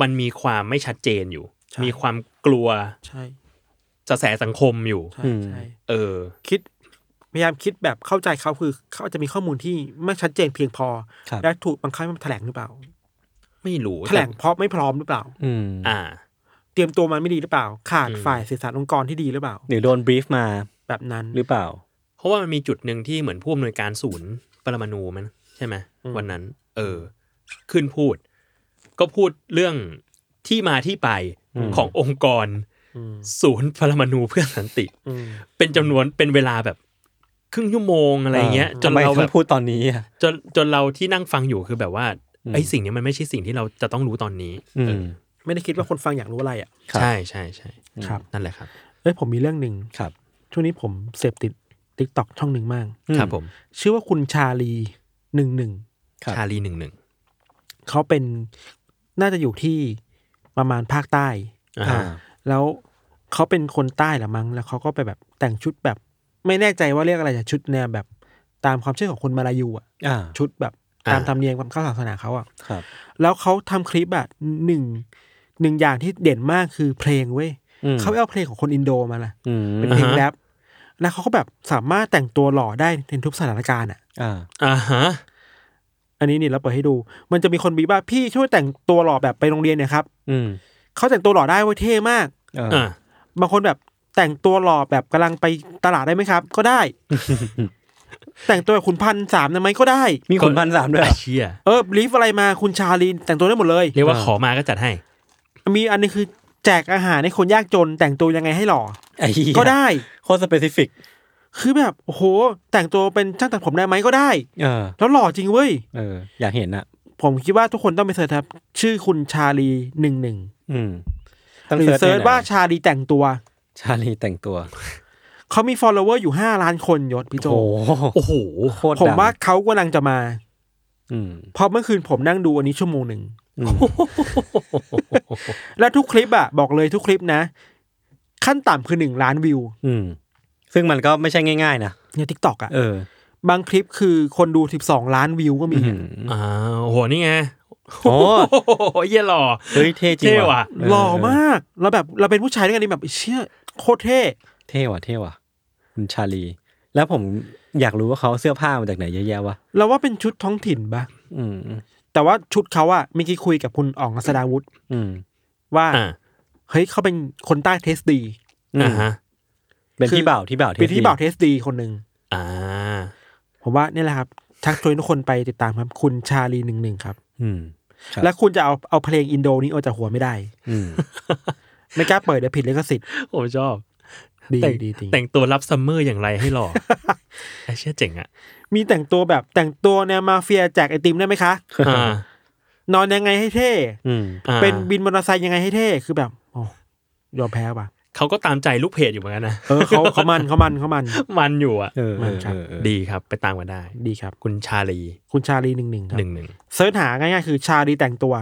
Speaker 3: มันมีความไม่ชัดเจนอยู่
Speaker 4: ใช่
Speaker 3: มีความกลัว
Speaker 4: ใช่
Speaker 3: กระแสสังคมอยู่
Speaker 4: ใช่
Speaker 2: อืม
Speaker 4: ใช่
Speaker 3: เออ
Speaker 4: คิดพยายามคิดแบบเข้าใจเขาคือเขาอาจจะมีข้อมูลที่ไม่ชัดเจนเพียงพอ
Speaker 2: ครับ
Speaker 4: และถูกบังคับให้มันแถลงหรือเปล่า
Speaker 3: ไม่รู้
Speaker 4: แถลงเพราะไม่พร้อมหรือเปล่า
Speaker 2: อืม
Speaker 3: อ่า
Speaker 4: เตรียมตัวมันไม่ดีหรือเปล่า ขาด
Speaker 3: อืม
Speaker 4: ฝ่ายสื่อสารองค์กรที่ดีหรือเปล่า
Speaker 2: หรือโดนบรีฟมา
Speaker 4: แบบนั้น
Speaker 2: หรือเปล่า
Speaker 3: เพราะว่ามันมีจุดหนึ่งที่เหมือนผู้อำนวยการศูนย์ปรมาณูมันใช่ไหมวันนั้น เออ ขึ้นพูด ก็พูดเรื่องที่มาที่ไปขององค์กร ศูนย์ปรมาณูเพื่อสันติ
Speaker 4: ม
Speaker 3: เป็นจำนวนเป็นเวลาแบบครึ่งชั่วโมงอะไรเงี้ย จน
Speaker 2: ทำไม
Speaker 3: เรา
Speaker 2: ต้
Speaker 3: แบ
Speaker 2: อบ งพูดตอนนี้อ่ะ
Speaker 3: จนจนเราที่นั่งฟังอยู่คือแบบว่า
Speaker 2: อืม
Speaker 3: ไอ้สิ่งเนี้ยมันไม่ใช่สิ่งที่เราจะต้องรู้ตอนนี้
Speaker 2: อื
Speaker 3: เอ
Speaker 2: ม
Speaker 3: อ
Speaker 4: ไม่ได้คิดว่าคนฟังอยากรู้อะไรอ่ะ
Speaker 2: ครับ
Speaker 3: ใช่ใช่ใช่
Speaker 4: ครับ
Speaker 3: นั่นแหละครับ
Speaker 4: เอ้ยผมมีเรื่องหนึ่ง
Speaker 2: ครับ
Speaker 4: ช่วงนี้ผมเสพติดติ๊กต็อกช่องหนึ่งมาก
Speaker 3: ครับผม
Speaker 4: ชื่อว่าคุณชาลีหนึ่งหนึ่ง
Speaker 2: ครับ
Speaker 3: ชาลีหนึ่งหนึ่ง
Speaker 4: เขาเป็นน่าจะอยู่ที่ประมาณภาคใต้
Speaker 3: อ่า
Speaker 2: อ่า
Speaker 4: แล้วเขาเป็นคนใต้เหรือมั้ง แล้วเขาก็ไปแบบแต่งชุดแบบ ไม่แน่ใจว่าเรียกอะไรแต่ชุดแนวแบบตามความเชื่อของคนมาลายูอ่ะ
Speaker 2: อ่า
Speaker 4: ชุดแบบ
Speaker 3: อ่า
Speaker 4: ตามธรรมเนียมความเข้าศาสนาเขาอ่ะ
Speaker 2: ครับ
Speaker 4: แล้วเขาทำคลิปอะหนึ่งหนึ่งอย่างที่เด่นมากคือเพลงเว้ย
Speaker 2: อืม
Speaker 4: เขาไปเอาเพลงของคนอินโดมาล่ะ
Speaker 2: อืม
Speaker 4: เป็นเพลงแรปแล้วเขาก็แบบสามารถแต่งตัวหล่อได้ในทุกสถานการณ์อ่ะ
Speaker 2: อ่า
Speaker 3: อ่าฮะ
Speaker 4: อันนี้นี่เราเปิดให้ดู มันจะมีคนบีบว่าพี่ช่วยแต่งตัวหล่อแบบไปโรงเรียนหน่อยครับ
Speaker 2: อืม
Speaker 4: เขาแต่งตัวหล่อได้เว้ยเท่มาก
Speaker 2: เออ
Speaker 3: อ่า
Speaker 4: บางคนแบบแต่งตัวหล่อแบบกำลังไปตลาดได้ไหมครับ ก็ได้ แต่งตัวแบบขุนพันสามนะไหมก็ได้
Speaker 2: มีคนพันสามด้วยเหรอ
Speaker 3: ไอ้เชี่ย
Speaker 4: เออลีฟอะไรมาคุณชาลีนแต่งตัวได้หมดเลย
Speaker 3: เรียกว่า
Speaker 2: อ่า
Speaker 3: ขอมาก็จัดให้
Speaker 4: มีอันนี้คือแจกอาหารให้คนยากจนแต่งตัวยังไงให้หล่อ
Speaker 2: ไอ้เหี้ย
Speaker 4: ก็ได้
Speaker 2: โคตรสเปซิฟิก
Speaker 4: คือแบบโอ้โห แต่งตัวเป็นช่างตัดผมได้ไหมก็ได้
Speaker 2: เออ
Speaker 4: แล้วหล่อจริงเว้ย
Speaker 2: เออ อยากเห็นอ่ะ
Speaker 4: ผมคิดว่าทุกคนต้องไปเสิร์ชครับ ชื่อคุณชาลีหนึ่งหนึ่ง
Speaker 2: อืมต้อง
Speaker 4: หรือ
Speaker 2: เซิ
Speaker 4: เสิ
Speaker 2: ร์
Speaker 4: ร์
Speaker 2: ช
Speaker 4: ช
Speaker 2: ว่า
Speaker 4: ว่าชาลีแต่งตัว
Speaker 2: ชาลีแต่งตัว
Speaker 4: เขามี follower อยู่ 5 ล้านคนยศพี่โจ
Speaker 2: โอ้โห
Speaker 3: โอ้โห
Speaker 2: โคตรดัง
Speaker 4: ผมว่าเขากำลังจะมา
Speaker 2: อืม
Speaker 4: เพราะเมื่อคืนผมนั่งดูอันนี้ชั่วโมงหนึ่ง
Speaker 2: อืม
Speaker 4: และทุกคลิปอะบอกเลยทุกคลิปนะ ขั้นต่ำคือ 1 ล้านวิว
Speaker 2: อืมซึ่งมันก็ไม่ใช่ง่ายๆนะ
Speaker 4: ในทิกตอกอะ
Speaker 2: เออบ
Speaker 4: างคลิปคือคนดู 12 ล้านวิวก็มี
Speaker 2: อื
Speaker 4: อะ
Speaker 2: ม
Speaker 3: อ่าโอ้โห นี่ไง
Speaker 2: โอ้
Speaker 3: โอ้โหเยี่ยหล่อ
Speaker 2: เฮ้ยเท่จริง
Speaker 3: เท่ว่ะ
Speaker 2: เออ
Speaker 4: หล่อมากเราแบบเราเป็นผู้ชายด้วยกันนี่แบบเชี่ยโคตรเท่
Speaker 2: เท่ว่ะเท่ว่ะคุณชาลี แล้วผมอยากรู้ว่าเขาเอาเสื้อผ้ามาจากไหนเยอะแยะวะ
Speaker 4: เราว่าเป็นชุดท้องถิ่นปะ
Speaker 2: อืม
Speaker 4: แต่ว่าชุดเขาอะเมื่อกี้คุยกับคุณอ่องอัสดาวุฒิ
Speaker 2: อืม
Speaker 4: ว่า
Speaker 3: อ่า
Speaker 4: เฮ้ยเขาเป็นคนใต้เทสดี
Speaker 3: อ่าฮะ
Speaker 2: เป็น
Speaker 4: คือ
Speaker 2: ที่เบ่าวที่เบ่าว
Speaker 4: เป็นที่บ่าวเทสดีคนหนึ่ง
Speaker 3: อ่า
Speaker 4: ผมว่าเนี่ยแหละครับชักชวนทุกคนไปติดตามครับคุณชาลีหนึ่งหนึ่งครับ
Speaker 2: อืม ครับ
Speaker 4: และคุณจะเอาเอาเพลงอินโดนี้ออกจากหัวไม่ได้
Speaker 2: อืม
Speaker 4: ไม่กล้าเปิดเดี๋ยวผิดลิขสิทธิ์
Speaker 3: ผมชอบ
Speaker 4: ดี
Speaker 3: แต่ง
Speaker 4: ดีจริง
Speaker 3: แต่งตัวรับซัมเมอร์อย่างไรให้ห ล่อ ไอ้เชี่ยเจ๋งอ่ะ
Speaker 4: มีแต่งตัวแบบแต่งตัวแนวมาเฟียแจกไอติมได้ไหมคะ
Speaker 3: อ่าน
Speaker 4: อนยังไงให้เท่
Speaker 2: อืม
Speaker 3: อ่า
Speaker 4: เป็นบินมอเตอร์ไซค์ยังไงให้เท่คือแบบโอ้ยอมแพ้ป่ะ
Speaker 3: เขาก็ตามใจลูกเพจอยู่เหมือนกันนะ
Speaker 4: เออเขาเขามันเขามันเขามัน
Speaker 3: มันอยู่อ่ะ
Speaker 2: เออ
Speaker 4: มันครับ
Speaker 2: เออเออ
Speaker 3: ดีครับ ไปตามกันได้
Speaker 4: ดีครับ
Speaker 3: คุณชาลี
Speaker 4: คุณชาลีหนึ่งหนึ่งครับ
Speaker 3: หนึ่งหนึ่ง
Speaker 4: เสิร์ชหาง่ายๆคือชาลีแต่งตัว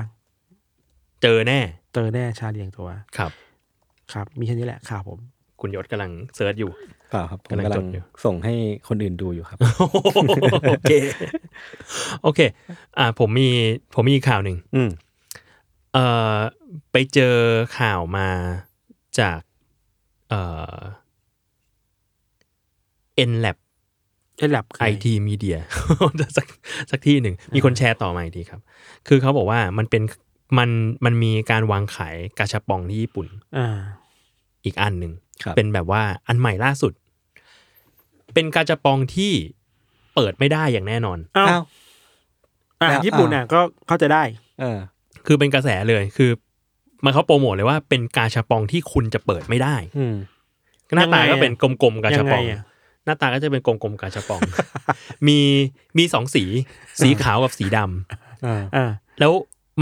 Speaker 3: เจอแน่
Speaker 4: เจอแน่ชาลีแต่งตัว
Speaker 3: ครับ
Speaker 4: ครับ มีแค่นี้แหละข่าวผม
Speaker 3: คุณยศกำลังเซิร์ชอยู่
Speaker 2: เปล่าครับผม
Speaker 3: กำ
Speaker 2: กำ
Speaker 3: ลั
Speaker 2: ลั
Speaker 3: งจ
Speaker 2: ง
Speaker 3: ดอยู่
Speaker 2: ส่งให้คนอื่นดูอยู่ครับ
Speaker 3: โอเค โอเค อ่า ผมมี ผมมีอีกข่าวหนึ่ง
Speaker 2: อืม
Speaker 3: เอ่อไปเจอข่าวมาจากเอ่อ nlab
Speaker 4: เอ็นแลบ
Speaker 3: IT Media สักสักที่หนึ่ง มีคนแชร์ต่อมาอีกทีครับ คือเขาบอกว่ามันเป็นมันมันมีการวางขายกาชาปองที่ญี่ปุ่น
Speaker 4: อ่า
Speaker 3: อีกอันหนึ่ง
Speaker 2: ครับ
Speaker 3: เป็นแบบว่าอันใหม่ล่าสุด เป็นกาชาปองที่เปิดไม่ได้อย่างแน่นอน
Speaker 4: อ้าว
Speaker 2: อ้าว
Speaker 4: อ่ะ
Speaker 2: แล้ว
Speaker 4: ญี่ปุ่นอ่ะก็เข้าใจได้
Speaker 2: เออ
Speaker 3: คือเป็นกระแสเลยคือมันเขาโปรโมทเลยว่าเป็นกาชาปองที่คุณจะเปิดไม่ได้
Speaker 2: อืม
Speaker 3: หน้าตาก็เป็นกลมๆกา
Speaker 4: ยั
Speaker 3: ชาง ป
Speaker 4: ไง
Speaker 3: อง
Speaker 4: อะ
Speaker 3: หน้าตาก็จะเป็นกลมๆกาชาปอง มีมีสองสี สีขาวกับสีดำ
Speaker 2: อ่า
Speaker 4: อ่า
Speaker 3: แล้ว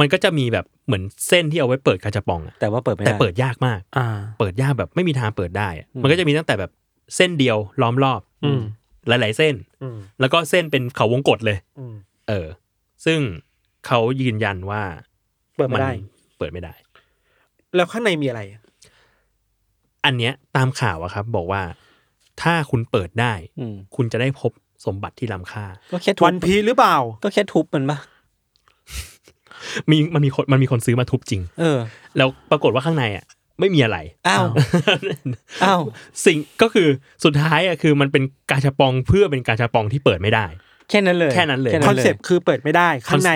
Speaker 3: มันก็จะมีแบบเหมือนเส้นที่เอาไว้เปิดกาชาปองอะ
Speaker 2: แต่ว่าเปิดไม่
Speaker 3: แต่
Speaker 2: ได้
Speaker 3: เปิดยากมาก
Speaker 4: อ่า
Speaker 3: เปิดยากแบบไม่มีทางเปิดได้อะมันก็จะมีตั้งแต่แบบ เส้นเดียวล้อมรอบ
Speaker 4: อืม
Speaker 3: หลาย ๆ เส้น
Speaker 4: อืม
Speaker 3: แล้วก็เส้นเป็นเขาวงกตเลย
Speaker 4: อืม
Speaker 3: เออ ซึ่งเขายืนยันว่า
Speaker 4: เปิดไม่ได้
Speaker 3: นเปิดไม่ได้
Speaker 4: แล้วข้างในมีอะไร
Speaker 3: อันเนี้ยตามข่าวอะครับ บอกว่าถ้าคุณเปิดได้
Speaker 2: อืม
Speaker 3: คุณจะได้พบสมบัติที่ล้ำค่า
Speaker 2: ก็แค่ทุบ
Speaker 4: วันพีหรือเปล่า
Speaker 2: ก็แค่ทุบมันปะ
Speaker 3: มีมันมีคนมันมีคนซื้อมาทุบจริง
Speaker 2: เออ
Speaker 3: แล้วปรากฏว่าข้างในอะไม่มีอะไร
Speaker 2: อ้าวอ้าว
Speaker 3: สิ่งก็คือสุดท้ายอะคือมันเป็นกาชาปองเพื่อเป็นกาชาปองที่เปิดไม่ได้
Speaker 2: แค่นั้นเลย
Speaker 3: แค่นั้นเลย
Speaker 4: คอนเซปต์คือเปิดไม่ได้ ข้างใน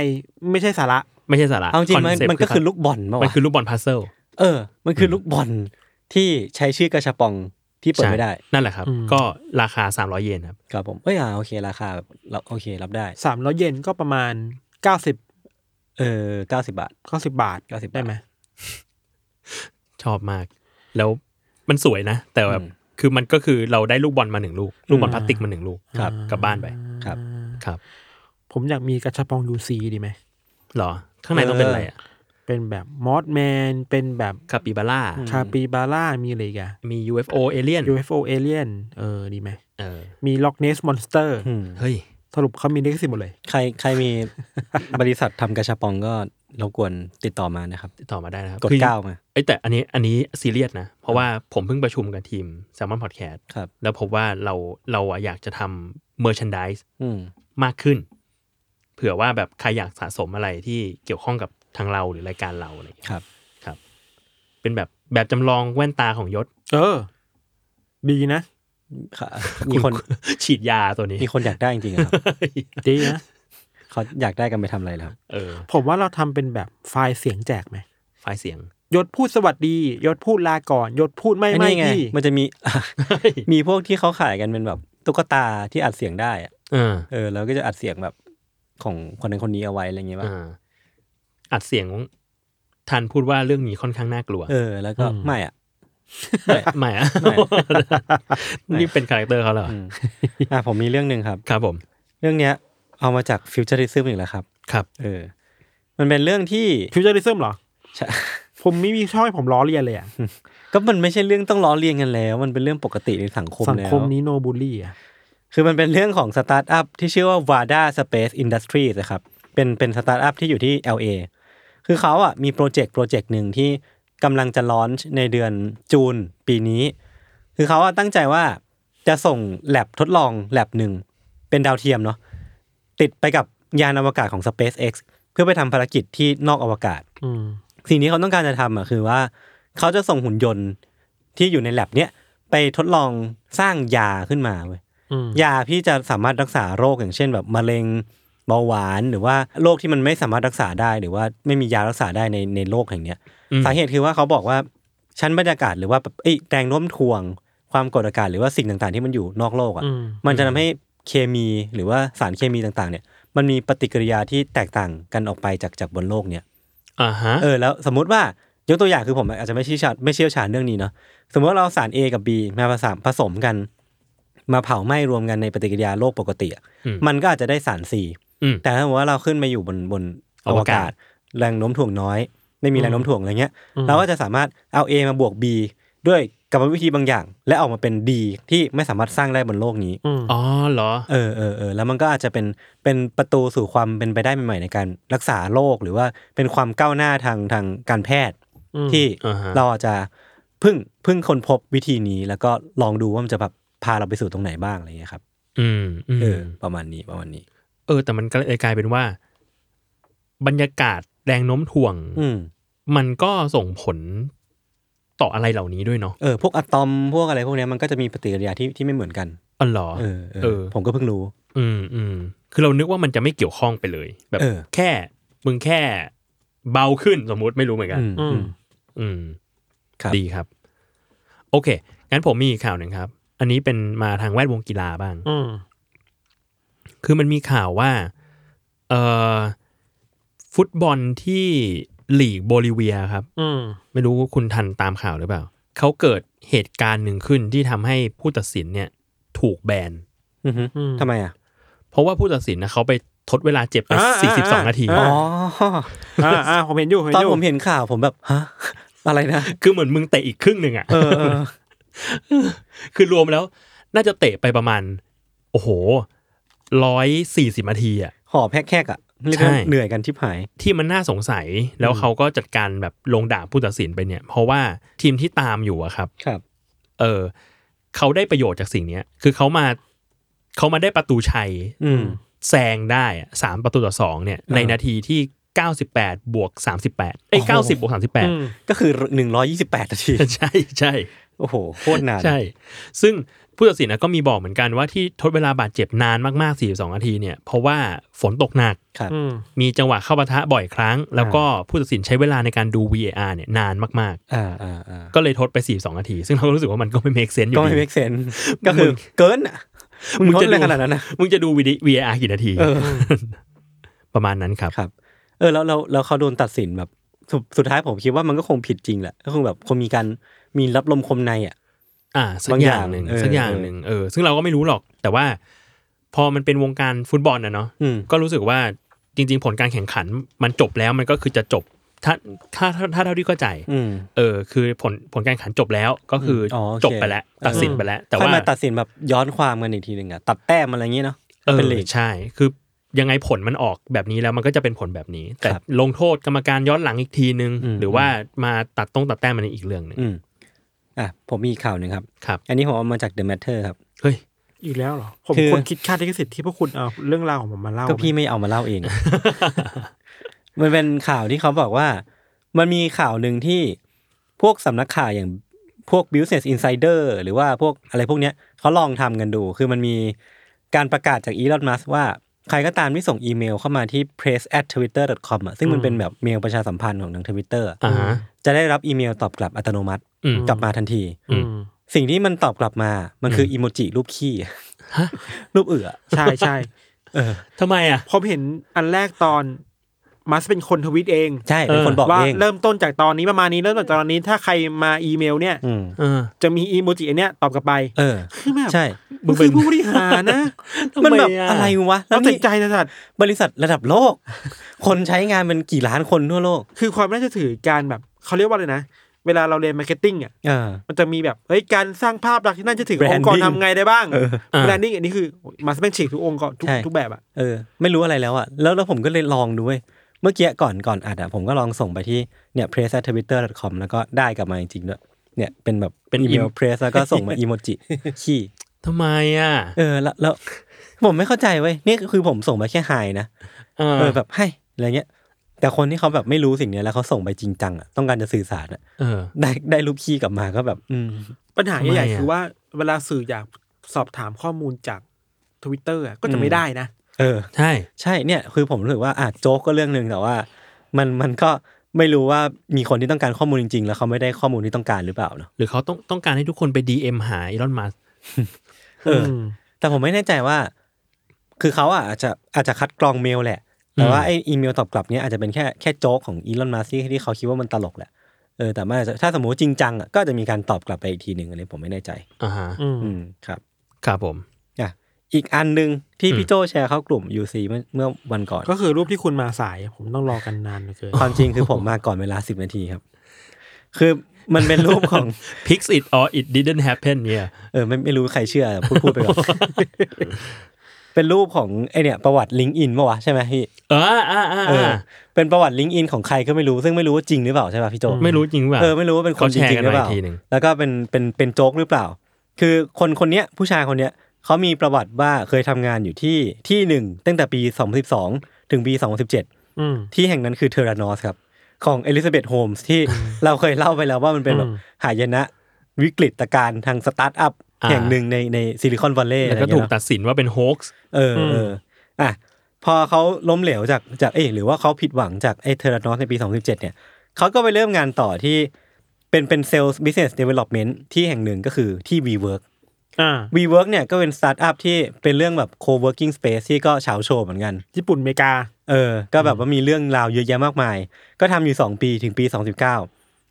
Speaker 4: ไม่ใช่สาระ
Speaker 3: ไม่ใช่สาระ
Speaker 2: เอาจริงมัน
Speaker 3: ซ็ปต์
Speaker 2: มันก็คือลูกบอลปะวะ
Speaker 3: มันคือลูกบอลพัซเซิล
Speaker 2: เออ มันคือลูกบอลที่ใช้ชื่อกระชาปองที่เปิดไม่ได้
Speaker 3: นั่นแหละครับ
Speaker 4: อืม
Speaker 3: ก็ราคา 300 เยนครับ
Speaker 2: ครับผม เอ้ยอ่าโอเค ราคาแบบเราโอเค รับได้
Speaker 4: สามร้อยเยนก็ประมาณเก้าสิบ
Speaker 2: เออเก้าสิบาท
Speaker 4: เก้าสิบาท
Speaker 2: 90
Speaker 4: ได้ไหม
Speaker 3: ชอบมาก แล้วมันสวยนะ แต่แบบ
Speaker 2: อืม
Speaker 3: คือมันก็คือเราได้ลูกบอลมาหนึ่งลูก ลูกบอล
Speaker 2: อืม
Speaker 3: พลาสติกมาหนึ่งลูก
Speaker 2: ครับ
Speaker 3: กลับบ้านไป
Speaker 2: ครับ
Speaker 3: ครับ
Speaker 4: ผมอยากมีกระชับปองยูซีดีไหม
Speaker 3: หรอ ข้างในต้องเป็นอะไรอะ
Speaker 4: เป็นแบบมอสแมน เป็นแบบ
Speaker 3: คาปิบาร่า
Speaker 4: คาปิบาร่ามีอะไรอีกัน
Speaker 3: มี UFO เอเลี่ยน
Speaker 4: UFO Alien เออดีไหม
Speaker 3: เออ
Speaker 4: มี Loch Ness Monster
Speaker 2: อืม
Speaker 3: เฮ้ย
Speaker 4: สรุปเขามีเลขสิทธิ์หมดเลย
Speaker 2: ใครใคร มี บริษัททำกระชาปองก็รบกวนติดต่อมานะครับ
Speaker 3: ติดต่อมาได้นะครับ
Speaker 2: กด
Speaker 3: คือ
Speaker 2: เก้ามา
Speaker 3: เอ้ยแต่อันนี้อันนี้ซีเรียสนะ เพราะว่าผมเพิ่งประชุมกับทีม s ซ l m o n Podcast
Speaker 2: ครับ
Speaker 3: แล้วพบว่าเราเราอะอยากจะทำ merchandise
Speaker 2: อืม
Speaker 3: มากขึ้น เผื่อว่าแบบใครอยากสะสมอะไรที่เกี่ยวข้องกับทางเราหรือรายการเราอะไรอย่างเงี้ย
Speaker 2: ครับ
Speaker 3: ครับ เป็นแบบแบบจำลองแว่นตาของยศ
Speaker 4: เออ ดีนะ
Speaker 2: ค่ะมีคน
Speaker 3: ฉีดยาตัวนี้
Speaker 2: มีคนอยากได้จริงๆอะครับ
Speaker 4: ดีนะ
Speaker 2: เขาอยากได้กันไปทำอะไรแล้วครับ
Speaker 3: เออ
Speaker 4: ผมว่าเราทำเป็นแบบไฟล์เสียงแจกไหม
Speaker 3: ไฟล์เสียง
Speaker 4: ยศพูดสวัสดี ยศพูดลาก่อน ยศพูดไม่
Speaker 2: อ้
Speaker 4: ไม่
Speaker 2: นี่ไง
Speaker 4: พี่
Speaker 2: มันจะ มี มีพวกที่เขาขายกันเป็นแบบตุ๊กตาที่อัดเสียงได้อะ
Speaker 3: เออ
Speaker 2: เออ แล้วก็จะอัดเสียงแบบของคนนั้นคนนี้เอาไว้อะไรอย่างเงี้ยป่ะ
Speaker 3: อ่าอัดเสียงทันพูดว่าเรื่องนี้ค่อนข้างน่ากลัว
Speaker 2: เออ แล้วก็ไม่อ่ะ
Speaker 3: ไม่ไม่อะนี่เป็นคาแรคเตอร์เขาเหรอ
Speaker 2: อืมอ่ะผมมีเรื่องหนึ่งครับ
Speaker 3: ครับผม
Speaker 2: เรื่องเนี้ยเอามาจากฟิวเจอริซึมอีกแล้วครับ
Speaker 3: ครับ
Speaker 2: เออ มันเป็นเรื่องที่
Speaker 4: ฟิวเจอริซึมเหรอ
Speaker 2: ใช่
Speaker 4: ผมไม่มีช่องให้ผมล้อเลียนเลยอะ
Speaker 2: ก็มันไม่ใช่เรื่องต้องล้อเลียนกันแล้ว มันเป็นเรื่องปกติในสังคม
Speaker 4: สัง
Speaker 2: แล้ว
Speaker 4: คมนี้โนบูลลี่อะ
Speaker 2: คือมันเป็นเรื่องของสตาร์ทอัพที่ชื่อว่า Vada Space Industries นะครับ เป็นเป็นสตาร์ทอัพที่อยู่ที่ LA คือเขาอ่ะมีโปรเจกต์โปรเจกต์หนึ่งที่กำลังจะลอนช์ในเดือนจูนปีนี้ คือเขาอ่ะตั้งใจว่าจะส่งแลบทดลองแลบหนึ่ง เป็นดาวเทียมเนาะติดไปกับยานอวกาศของ SpaceX เพื่อไปทำภารกิจที่นอกอวกาศ
Speaker 4: อืม
Speaker 2: สิ่งที่เขาต้องการจะทำอ่ะคือว่า เขาจะส่งหุ่นยนต์ที่อยู่ในแลบเนี้ยไปทดลองสร้างยาขึ้นมาเว้ย
Speaker 4: อืม
Speaker 2: ยาที่จะสามารถรักษาโรคอย่างเช่น แบบมะเร็งเบาหวานหรือว่าโรคที่มันไม่สามารถรักษาได้ หรือว่าไม่มียารักษาได้ในในโลกแห่งเนี้ย
Speaker 3: อืม
Speaker 2: สาเหตุคือว่าเขาบอกว่าชั้นบรรยากาศหรือว่าแบบเอ้ยแรงโน้มถ่วง ความกดอากาศหรือว่าสิ่งต่างๆ ที่มันอยู่นอกโลกอ่ะ
Speaker 4: อืม
Speaker 2: มันจะทำให้เคมีหรือว่าสารเคมีต่างๆ เนี่ย มันมีปฏิกิริยาที่แตกต่างกันออกไปจากจากบนโลกเนี่ย
Speaker 3: อ่าฮะ
Speaker 2: เออแล้วสมมติว่ายกตัวอย่างคือผมอาจจะไม่เชี่ยวชาญไม่เชี่ยวชาญเรื่องนี้เนาะสมมติว่าเราเอาสาร A กับ B มาผสมผสมกัน มาเผาไหม้รวมกันในปฏิกิริยาโลกปกติอะ
Speaker 3: ม
Speaker 2: มันก็อาจจะได้สาร C
Speaker 3: อืม
Speaker 2: แต่ถ้าสมมติว่าเราขึ้นมาอยู่บนบน
Speaker 3: อ
Speaker 2: อ
Speaker 3: ว
Speaker 2: ว
Speaker 3: กาศ
Speaker 2: กาศ แรงโน้มถ่วงน้อย ไม่มีแรงโน้มถ่วงอะไรเงี้ย เราก็จะสามารถเอา A มาบวก B ด้วยกรรมวิธีบางอย่าง และออกมาเป็น D ที่ไม่สามารถสร้างได้บนโลกนี้
Speaker 4: อืม
Speaker 3: อ๋อเหรอ
Speaker 2: เออเออเออแล้วมันก็อาจจะเป็นเป็นประตูสู่ความเป็นไปได้ใหม่ๆในการรักษาโรคหรือว่าเป็นความก้าวหน้าทางทางการแพทย์ ที่
Speaker 3: อ่าฮะ
Speaker 2: เราอาจจะเพึ่งเพึ่งคนพบวิธีนี้ แล้วก็ลองดูว่ามันจะแบบพาเราไปสู่ตรงไหนบ้างอะไรเงี้ยครับ
Speaker 3: อืมอืม
Speaker 2: เออประมาณนี้ประมาณนี้
Speaker 3: เออแต่มันก็เลยกลายเป็นว่า บรรยากาศแรงโน้มถ่วง
Speaker 2: อืม
Speaker 3: มันก็ส่งผลต่ออะไรเหล่านี้ด้วยเนาะ
Speaker 2: เออพวกอะตอมพวกอะไรพวกเนี้ยมันก็จะมีปฏิกิริยาที่ที่ไม่เหมือนกัน
Speaker 3: อ๋อเหรอ
Speaker 2: เออเอ
Speaker 3: เอ
Speaker 2: อ
Speaker 3: อ
Speaker 2: ผมก็เพิ่งรู้
Speaker 3: อืมอืมคือเรานึกว่ามันจะไม่เกี่ยวข้องไปเลย แบบ
Speaker 2: เออ
Speaker 3: แค่มึงแค่เบาขึ้นสมมุติไม่รู้เหมือนกัน
Speaker 2: อืม
Speaker 4: อื
Speaker 2: อื
Speaker 4: ม
Speaker 2: ม
Speaker 3: อืม
Speaker 2: ครับ
Speaker 3: ดีครับ โอเค งั้นผมมีอีกข่าวหนึ่งครับ อันนี้เป็นมาทางแวดวงกีฬาบ้าง
Speaker 4: อืม
Speaker 3: คือมันมีข่าวว่าเอ่อฟุตบอลที่ลีกโบลิเวียครับ
Speaker 4: อืม
Speaker 3: ไม่รู้ว่าคุณทันตามข่าวหรือเปล่า เขาเกิดเหตุการณ์หนึ่งขึ้นที่ทำให้ผู้ตัดสินเนี่ยถูกแบน
Speaker 2: อือฮึ
Speaker 4: อืม
Speaker 2: ทำไมอ่ะ
Speaker 3: เพราะว่าผู้ตัดสินนะเขาไปทดเวลาเจ็บไป
Speaker 4: อ่าอ่า
Speaker 3: 42
Speaker 4: อ่า
Speaker 3: นาที
Speaker 4: เ
Speaker 2: อ๋อ
Speaker 4: อ่า อ่าผมเห็นอยู่เห็น
Speaker 2: ตอน
Speaker 4: อยู่
Speaker 2: ผมเห็นข่าวผมแบบฮะอะไรนะ
Speaker 3: คือเหมือนมึงเตะอีกครึ่งหนึ่งอ่ะ
Speaker 2: เออเออ
Speaker 3: คือรวมแล้ว น่าจะเตะไปประมาณ โอ้โหร้อยสี่สิบนาทีอะ
Speaker 2: หอบแฮกๆอ่ะเรียกว่า
Speaker 3: ใช่
Speaker 2: เหนื่อยกันที่หาย
Speaker 3: ที่มันน่าสงสัยแล้วเขาก็จัดการแบบลงด่าผู้ตัดสินไปเนี่ย เพราะว่าทีมที่ตามอยู่อะครับ
Speaker 2: ครับ
Speaker 3: เออเขาได้ประโยชน์จากสิ่งเนี้ย คือเขามาเขามาได้ประตูชัย
Speaker 2: อืม
Speaker 3: แซงได้อะสามประตูต่อสองเนี่ย ในนาทีที่ 98 บวก 38 เอ้
Speaker 2: โอ้
Speaker 3: ย
Speaker 2: โห
Speaker 3: 90 บวก
Speaker 4: อืม
Speaker 2: ก็คือหนึ่งร้อยยี่สิบแปดนาที
Speaker 3: 38 ใช่ใช่
Speaker 2: โอ้โห โคตรนาน
Speaker 3: ใช่ ซึ่งผู้ตัดสินนะก็มีบอกเหมือนกันว่าที่ทดเวลาบาดเจ็บนานมาก ๆ 42 นาทีเนี่ย เพราะว่าฝนตกหนัก
Speaker 2: ครับ
Speaker 4: อืม
Speaker 3: มีจังหวะเข้าปะทะบ่อยครั้ง แล้วก็ผู้ตัดสินใช้เวลาในการดู VAR เนี่ยนานมาก
Speaker 2: อ่าอ่าอ่า
Speaker 3: ๆ ก็เลยทดไป 42 นาที ซึ่งเรารู้สึกว่ามันก็ไม่ make sense อ
Speaker 2: ก็
Speaker 3: ยู่
Speaker 2: ไม่
Speaker 3: ดี
Speaker 2: เมกเซนก็คือเกินอ่ะมึงทดอะไร
Speaker 3: ดู
Speaker 2: ขนาดนั้นนะ
Speaker 3: มึงจะดูวิดี VAR กี่นาที
Speaker 2: เออ
Speaker 3: ประมาณนั้นครับ
Speaker 2: ครับ เออ แล้วเราเราเขาโดนตัดสินแบบสุดสุดท้ายผมคิดว่ามันก็คงผิดจริงแหละ ก็คงแบบคงมีการมีรับลมคมในอ่ะ
Speaker 3: อ่าสัก
Speaker 2: บางอย่
Speaker 3: อา
Speaker 2: ย่าง
Speaker 3: งหนึ่ง
Speaker 2: เออ
Speaker 3: สักอย่าง
Speaker 2: เออ
Speaker 3: หนึ่งเออซึ่งเราก็ไม่รู้หรอก แต่ว่า พอมันเป็นวงการฟุตบอลนะเนาะ
Speaker 2: อืม
Speaker 3: ก็รู้สึกว่าจริง ๆ ผลการแข่งขันมันจบแล้วมันก็คือจะจบ ถ้าถ้าถ้าถ้าเท่าที่เข้าใจ
Speaker 2: อืม
Speaker 3: เออคือผลผลการแข่งขันจบแล้วก็คือ
Speaker 2: ม
Speaker 3: อ
Speaker 2: อ๋อโอเค
Speaker 3: จบไปแล้ว
Speaker 2: เออ
Speaker 3: ตัดสินไปแล้ว แต่
Speaker 2: ค่อย
Speaker 3: ว่า
Speaker 2: มาตัดสินแบบย้อนความกันอีกทีหนึ่งอ่ะ ตัดแต้มอะไรอย่างงี้เนาะ
Speaker 3: เออ
Speaker 2: เป็นเลก
Speaker 3: ใช่ คือยังไงผลมันออกแบบนี้แล้วมันก็จะเป็นผลแบบนี้ แต่
Speaker 2: ครับ
Speaker 3: ลงโทษกรรมการย้อนหลังอีกทีนึง
Speaker 2: อืม
Speaker 3: หรือว่ามาตัดตรงตัดแต้มมันอีกเรื่องหนึ่ง
Speaker 2: อืมอ่ะผมมีอีกข่าวหนึ่งครับ
Speaker 3: ครับ
Speaker 2: อันนี้ผมเอามาจาก The Matter ครับ
Speaker 3: เฮ้ย
Speaker 4: อีกแล้วเหรอ ผม
Speaker 2: คือ
Speaker 4: คนคิดค่าลิขสิทธิ์ที่พวกคุณเอาเรื่องราวของผมมาเล่า
Speaker 2: ก็พี่
Speaker 4: ไหม
Speaker 2: ไม่เอามาเล่าเอง มันเป็นข่าวที่เขาบอกว่า มันมีข่าวหนึ่งที่พวกสำนักข่าวอย่างพวก Business Insider หรือว่าพวกอะไรพวกเนี้ยเขาลองทำกันดู คือมันมีการประกาศจากอีลอนมัสว่า ใครก็ตามที่ส่งอีเมลเข้ามาที่ press at twitter com อ่ะซึ่งมันเป็นแบบเมลประชาสัมพันธ์ของทาง Twitter อะ
Speaker 3: อ่าฮะ
Speaker 2: จะได้รับอีเมลตอบกลับอัตโนมัติ
Speaker 3: อืม
Speaker 2: กลับมาทันที
Speaker 4: อืม
Speaker 2: สิ่งที่มันตอบกลับมา มันคืออีโมจิรูปขี้รูปเอือ
Speaker 4: ใช่ ใช่
Speaker 3: ทำไมอ่ะ
Speaker 4: ผมเห็นอันแรกตอนมัสเป็นคนทวิตเอง
Speaker 2: ใช่เป็นคนบอก
Speaker 4: ว่า
Speaker 2: เอง
Speaker 4: เริ่มต้นจากตอนนี้ประมาณนี้เริ่มจากตอนนี้ถ้าใครมาอีเมลเนี่ย
Speaker 2: อืม
Speaker 3: เออ
Speaker 4: จะมีอีโมจิอันเนี้ยตอบกลับไป
Speaker 2: เออ
Speaker 4: คือแบบ
Speaker 2: ใช่
Speaker 4: มึงคือผู้บริหาร นะ
Speaker 2: มันแบบ
Speaker 3: ทำไมอะ
Speaker 2: อะไรวะ แล้
Speaker 4: เรา
Speaker 2: ว
Speaker 4: ติ
Speaker 2: นี่
Speaker 4: ดใจนะสัตว์
Speaker 2: บริษัทระดับโลก คนใช้งานเป็นกี่ล้านคนทั่วโลก
Speaker 4: คือความน่าจะถือการแบบเขาเรียกว่าอะไรนะ เวลาเราเรียนมาร์เก็ตติ้งอ่ะ
Speaker 2: เออ
Speaker 4: มันจะมีแบบเฮ้ยการสร้างภาพลักษณ์ที่น่าจะถึงองค์กร
Speaker 2: Branding
Speaker 4: ทำไงได้บ้าง
Speaker 2: เออ
Speaker 3: อ่า
Speaker 4: แบรนดิ้งอันนี้คือมาสแม่งฉีกทุกองค์กรทุก
Speaker 2: ใช่
Speaker 4: ทุกแบบอ่ะ
Speaker 2: เออ ไม่รู้อะไรแล้วอ่ะ แล้วแล้วผมก็เลยลองดูเว้ยเมื่อกี้ก่อนก่อนอัดอ่ะ ผมก็ลองส่งไปที่เนี่ย press at twitter com แล้วก็ได้กลับมาจริงๆด้วย เนี่ยเป็นแบบ
Speaker 3: เป็น
Speaker 2: อีเมล
Speaker 3: im-
Speaker 2: press แล้วก็ส่งมาอีโม จิ ขี้
Speaker 3: ทำไมอ่ะ
Speaker 2: เออ แล้วแล้ว ผมไม่เข้าใจเว้ย นี่คือผมส่งไปแค่ไฮนะ
Speaker 3: เอ
Speaker 2: เอ
Speaker 3: อ
Speaker 2: อแบบให้อะไรเงี้ย แต่คนที่เขาแบบไม่รู้สิ่งเนี้ยแล้วเขาส่งไปจริงจังอ่ะ ต้องการจะสื่อสารอ่ะ
Speaker 3: เออ
Speaker 2: ได้ได้รูปขี้กลับมาก็แบบ อืม
Speaker 4: ปัญหา
Speaker 3: ทำไม
Speaker 4: ใหญ่
Speaker 3: อะ
Speaker 4: ๆคือว่าเวลาสื่ออยากสอบถามข้อมูลจากทวิตเตอร์ก็จะ
Speaker 2: อื
Speaker 4: ไม่
Speaker 2: ม
Speaker 4: ได้นะ
Speaker 2: เออ
Speaker 3: ใช่
Speaker 2: ใช่เนี่ยคือผมรู้สึกว่าอ่ะโจ๊กก็เรื่องหนึ่งแต่ว่า มันมันก็ไม่รู้ว่ามีคนที่ต้องการข้อมูลจริง ๆ แล้วเขาไม่ได้ข้อมูลที่ต้องการหรือเปล่าเนาะ
Speaker 3: หรือเขาต้องต้องการให้ทุกคนไป DM หาอีลอนมัส
Speaker 2: เอออ
Speaker 4: ม
Speaker 2: แต่ผมไม่แน่ใจว่า คือเขาอ่ะอาจจะอาจจะคัดกรองเมลแหละ แต่ว่าไออีเมลตอบกลับเนี้ยอาจจะเป็นแค่แค่โจ๊กของอีลอนมัสที่ที่เขาคิดว่ามันตลกแหละเออแต่มันอาจจะถ้าสมมติจริงจังอ่ะก็อาจจะมีการตอบกลับไปอีกทีหนึ่งอันนี้ผมไม่แน่ใจ
Speaker 3: อ่าฮะ
Speaker 2: อืมครับ
Speaker 3: ครับผม
Speaker 2: อ่ะอีกอันหนึ่งที่
Speaker 3: อืม
Speaker 2: พี่โจแชร์เข้ากลุ่ม UC เมื่อเมื่อวันก่อน
Speaker 4: ก็คือรูปที่คุณมาสายผมต้องรอกันนานเหลือเกิน
Speaker 2: ความจริงคือผมมาก่อนเวลาสิบนาทีครับ คือมันเป็นรูปของ
Speaker 3: Pix it or it didn't happen เนี่ย
Speaker 2: เออไม่ไม่รู้ใครเชื่อ พูดพูดไปก่อน เป็นรูปของไอเนี่ยประวัติลิงก์อินปะวะใช่ไหมพี่
Speaker 3: เอออ่าอ่า
Speaker 2: เออ
Speaker 3: อ่า
Speaker 2: เป็นประวัติลิงก์อินของใครก็ไม่รู้ซึ่งไม่รู้ว่าจริงหรือเปล่าใช่ป่ะพี่โจ
Speaker 3: ไม่รู้จริงป่ะ
Speaker 2: เออไม่รู้ว่าเป็นคนจ
Speaker 3: ขแช
Speaker 2: ริงๆหรือเปล่า
Speaker 3: กันมกทีหนึ่ง
Speaker 2: แล้วก็เป็นเป็นเป็นโจ๊กหรือเปล่า คือคนคนเนี้ยผู้ชายคนเนี้ยเขามีประวัติว่าเคยทำงานอยู่ที่ที่หนึ่งตั้งแต่ปี 2012 ถึงปี 2017
Speaker 4: อืม
Speaker 2: ที่แห่งนั้นคือเทอรานอสครับ ของเอลิซาเบธโฮมส์ที่เราเคยเล่าไปแล้วว่ามันเป็นแบบ
Speaker 4: อืม
Speaker 2: หายนะ วิกฤตการณ์ทางสตาร์ทอัพ แห่งหนึ่งในในซิลิคอนวัลเลย์
Speaker 3: แล้วก็ถูกตัดสินว่าเป็นโฮ กส์
Speaker 2: เออเอออ่ะพอเขาล้มเหลวจากจากเอยหรือว่าเขาผิดหวังจากไอเทอรานอสในปี 2017 เนี่ยเขาก็ไปเริ่มงานต่อที่เป็นเป็นเซลส์บิสเนสเดเวล็อปเมนต์ที่แห่งหนึ่งก็คือที่ WeWork
Speaker 4: อ่า
Speaker 2: WeWork เนี่ยก็เป็นสตาร์ทอัพที่เป็นเรื่องแบบโคเวิร์กิ้งสเปซที่ก็เฉาโชว์เหมือนกัน
Speaker 4: ญี่ปุ่นอเมริกา
Speaker 2: เออ ก็แบบว่ามีเรื่องราวเยอะแยะมากมาย ก็ทำอยู่ 2 ปีถึงปี 2019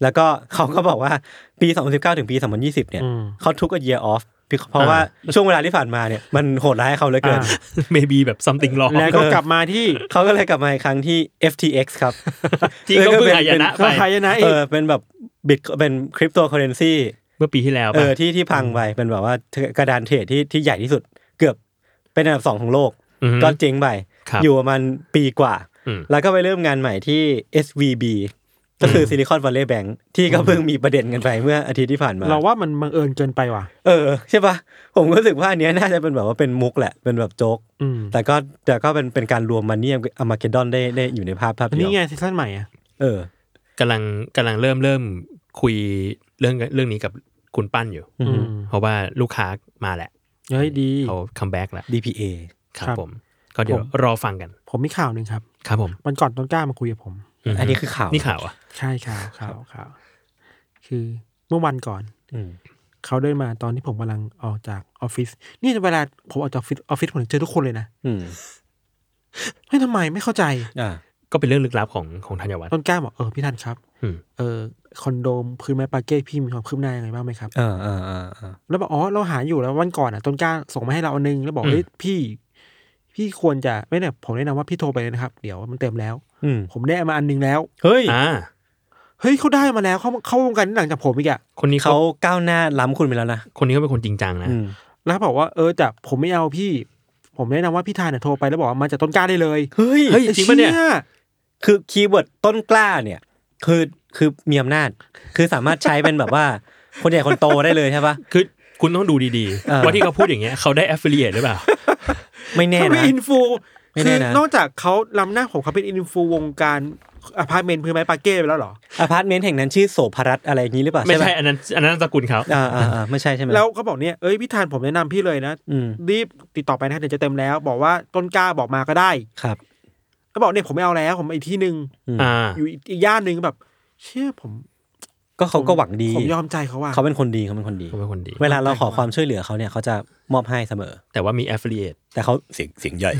Speaker 2: แล้วก็เขาก็บอกว่าปี 2019 ถึงปี 2020 เนี่ย
Speaker 4: อืม
Speaker 2: เขาทุก a year off เพราะว่าช่วงเวลาที่ผ่านมาเนี่ยมันโหดร้ายกับเขาเหลือเกิน
Speaker 3: เมบี แบบ something wrong
Speaker 4: แล้วก็กลับมาที่
Speaker 2: เขาก็เลยกลับมาอีกครั้งที่ FTX ครับ
Speaker 3: ที่ก็เพิ่งหายนะไป
Speaker 4: ไทยนะอี
Speaker 2: เอก อเป็นแบบบิตเป็นคริปโตเคอเรนซี
Speaker 3: เหมื มื่อปีที่แล้ว
Speaker 2: เอ
Speaker 3: ปะ
Speaker 2: อที่ที่พังไปเป็นแบบว่ากระดานเทรดที่ที่ใหญ่ที่สุด เกือบเป็นอันดับสองของโลก
Speaker 3: อืม
Speaker 2: ก็เจ๊งไป
Speaker 3: ครับ
Speaker 2: อยู่ประมาณปีกว่า
Speaker 3: อืม
Speaker 2: แล้วก็ไปเริ่มงานใหม่ที่ SVB ก็คือซิลิคอนวัลเลย์แบง์ที่ก็เพิ่งมีประเด็นกันไปเมื่ออาทิตย์ที่ผ่านมา
Speaker 4: เราว่ามันบังเอิญเกินไปว่ะ
Speaker 2: เออ ใช่ปะผมก็รู้สึกว่าอันเนี้ยน่าจะเป็นแบบว่าเป็นมุกแหละ เป็นแบบโจ๊ก
Speaker 4: อืม
Speaker 2: แต่ก็แต่ก็เป็นเป็นการรวมมันนี่อามาเกดอนได้ได้อยู่ในภาพภาพ
Speaker 4: อัน
Speaker 2: เดีย
Speaker 4: นี้
Speaker 2: ว
Speaker 4: ไงซีซั่นใหม่อ่ะ
Speaker 2: เออ
Speaker 3: กำลังกำลังเริ่มเริ่มคุยเรื่องเรื่องนี้กับคุณปั้นอยู่
Speaker 2: อืม
Speaker 3: เพราะว่าลูกค้ามาแหละ
Speaker 4: เฮ้ยดี
Speaker 3: เขาคัมแบ็กแล้ว
Speaker 2: DPA
Speaker 3: ครับ
Speaker 4: ครับ
Speaker 3: ผม ก็เดี๋ยว
Speaker 4: ผม
Speaker 3: รอฟังกัน
Speaker 4: ผมมีข่าวหนึ่งครับ
Speaker 3: ครับผม
Speaker 4: วันก่อนต้นกล้ามาคุยกับผม
Speaker 3: ม
Speaker 2: อันนี้คือข่าว
Speaker 3: นี่ข่าวอ่ะ
Speaker 4: ใช่ข่าวข่าวข่าวคือเมื่อวันก่อน
Speaker 2: อืม
Speaker 4: เขาเดินมาตอนที่ผมกำลังออกจากออฟฟิศนี่เวลาผมออกจากออฟฟิศออฟฟิศผมเจอทุกคนเลยนะ
Speaker 2: อืม
Speaker 4: เฮ้ยทำไมไม่เข้าใจ
Speaker 2: อ่า
Speaker 3: ก็เป็นเรื่องลึกลับของของธัญวัฒน์
Speaker 4: ต้นกล้าบอกเออพี่ทันครับ
Speaker 3: อืม
Speaker 4: เออคอนโดมพื้นไม้ปาเก้พี่มีความคืบหน้ายังไงบ้างไหมครับ
Speaker 2: อ่าอ่าอ่าอ่า
Speaker 4: แล้วบอกอ๋อเราหาอยู่แล้ววันก่อนอ่ะต้นกล้าส่งมาให้เราอันนึงแล้วบอก
Speaker 3: อืม
Speaker 4: เอ้ยพี่ พี่ควรจะไม่เนี่ยผมแนะนำว่าพี่โทรไปเลยนะครับ เดี๋ยวมันเต็มแล้ว
Speaker 2: อืม
Speaker 4: ผมได้มาอันนึงแล้ว
Speaker 2: เฮ้ย
Speaker 3: อ่า
Speaker 4: เฮ้ยเขาได้มาแล้วเขาเขาวงการนี่หลังจากผมอีกอะ
Speaker 3: คนนี้เขา
Speaker 2: เขาก้าวหน้าล้ำคุณไปแล้วนะ
Speaker 3: คนนี้เขาเป็นคนจริงจังนะ
Speaker 2: อืม
Speaker 4: แล้วบอกว่าเออแต่ผมไม่เอาพี่ ผมแนะนำว่าพี่ทานน่ะโทรไปแล้วบอกว่ามาจากต้นกล้าได้เลย
Speaker 2: เฮ้ย
Speaker 3: เฮ้ย จริงปะเนี่ย
Speaker 4: ชี่
Speaker 2: คือคีย์เวิร์ดต้นกล้าเนี่ย คือคือมีอำนาจ คือสามารถใช้เป็นแบบว่า คนใหญ่คนโตได้เลยใช่ปะ
Speaker 3: คือคุณต้องดูดี
Speaker 2: เออ
Speaker 3: ๆ ว่าที่เขาพูดอย่างเงี้ยเขาได้ affiliate หรือเปล่า
Speaker 2: ไม่แน่
Speaker 4: เขาเป็
Speaker 2: นะ
Speaker 4: นอินฟู
Speaker 2: ไม่แน่
Speaker 4: คือ
Speaker 2: นะ
Speaker 4: นอกจากเขาล้ำหน้าผมเขาเป็นอินฟูวงการอพาร์ตเมนต์พื้นไม้ปาเก้ไปแล้วเหรอ
Speaker 2: อพาร์ตเมนต์แห่งนั้นชื่อโสภรัตน์อะไรอย่างนี้หรือเปล่า
Speaker 3: ไม่
Speaker 2: ใช่ปะ
Speaker 3: ใช่อันนั้นอันนั้นสกุลเขา
Speaker 2: อ่าอ่าอ่าไม่ใช่ใช่ไหม
Speaker 4: แล้วเขาบอกเนี่ยเอ้ยพี่ทานผมแนะนำพี่เลยนะ
Speaker 2: อืม
Speaker 4: รีบติดต่อไปนะเดี๋ยวจะเต็มแล้ว บอกว่าต้นกล้าบอกมาก็ได้
Speaker 2: ครับ
Speaker 4: แล้วบอกเนี่ยผมไม่เอาแล้ว ผมไปอีกที่หนึ่ง
Speaker 2: อืม
Speaker 3: อ่า
Speaker 4: อยู่อีกอีกย่านหนึ่งก็แบบ เชื่อผม
Speaker 2: ก็เขาก็หวังดี
Speaker 4: ผมยอมใจเขาว่า
Speaker 2: เขาเป็นคนดีเขาเป็นคนดี
Speaker 3: เขาเป็นคนดี
Speaker 2: เวลาเราขอความช่วยเหลือเขาเนี่ยเขาจะมอบให้เสมอ
Speaker 3: แต่ว่ามี affiliate
Speaker 2: แต่เขาเสียงเสียงใหญ่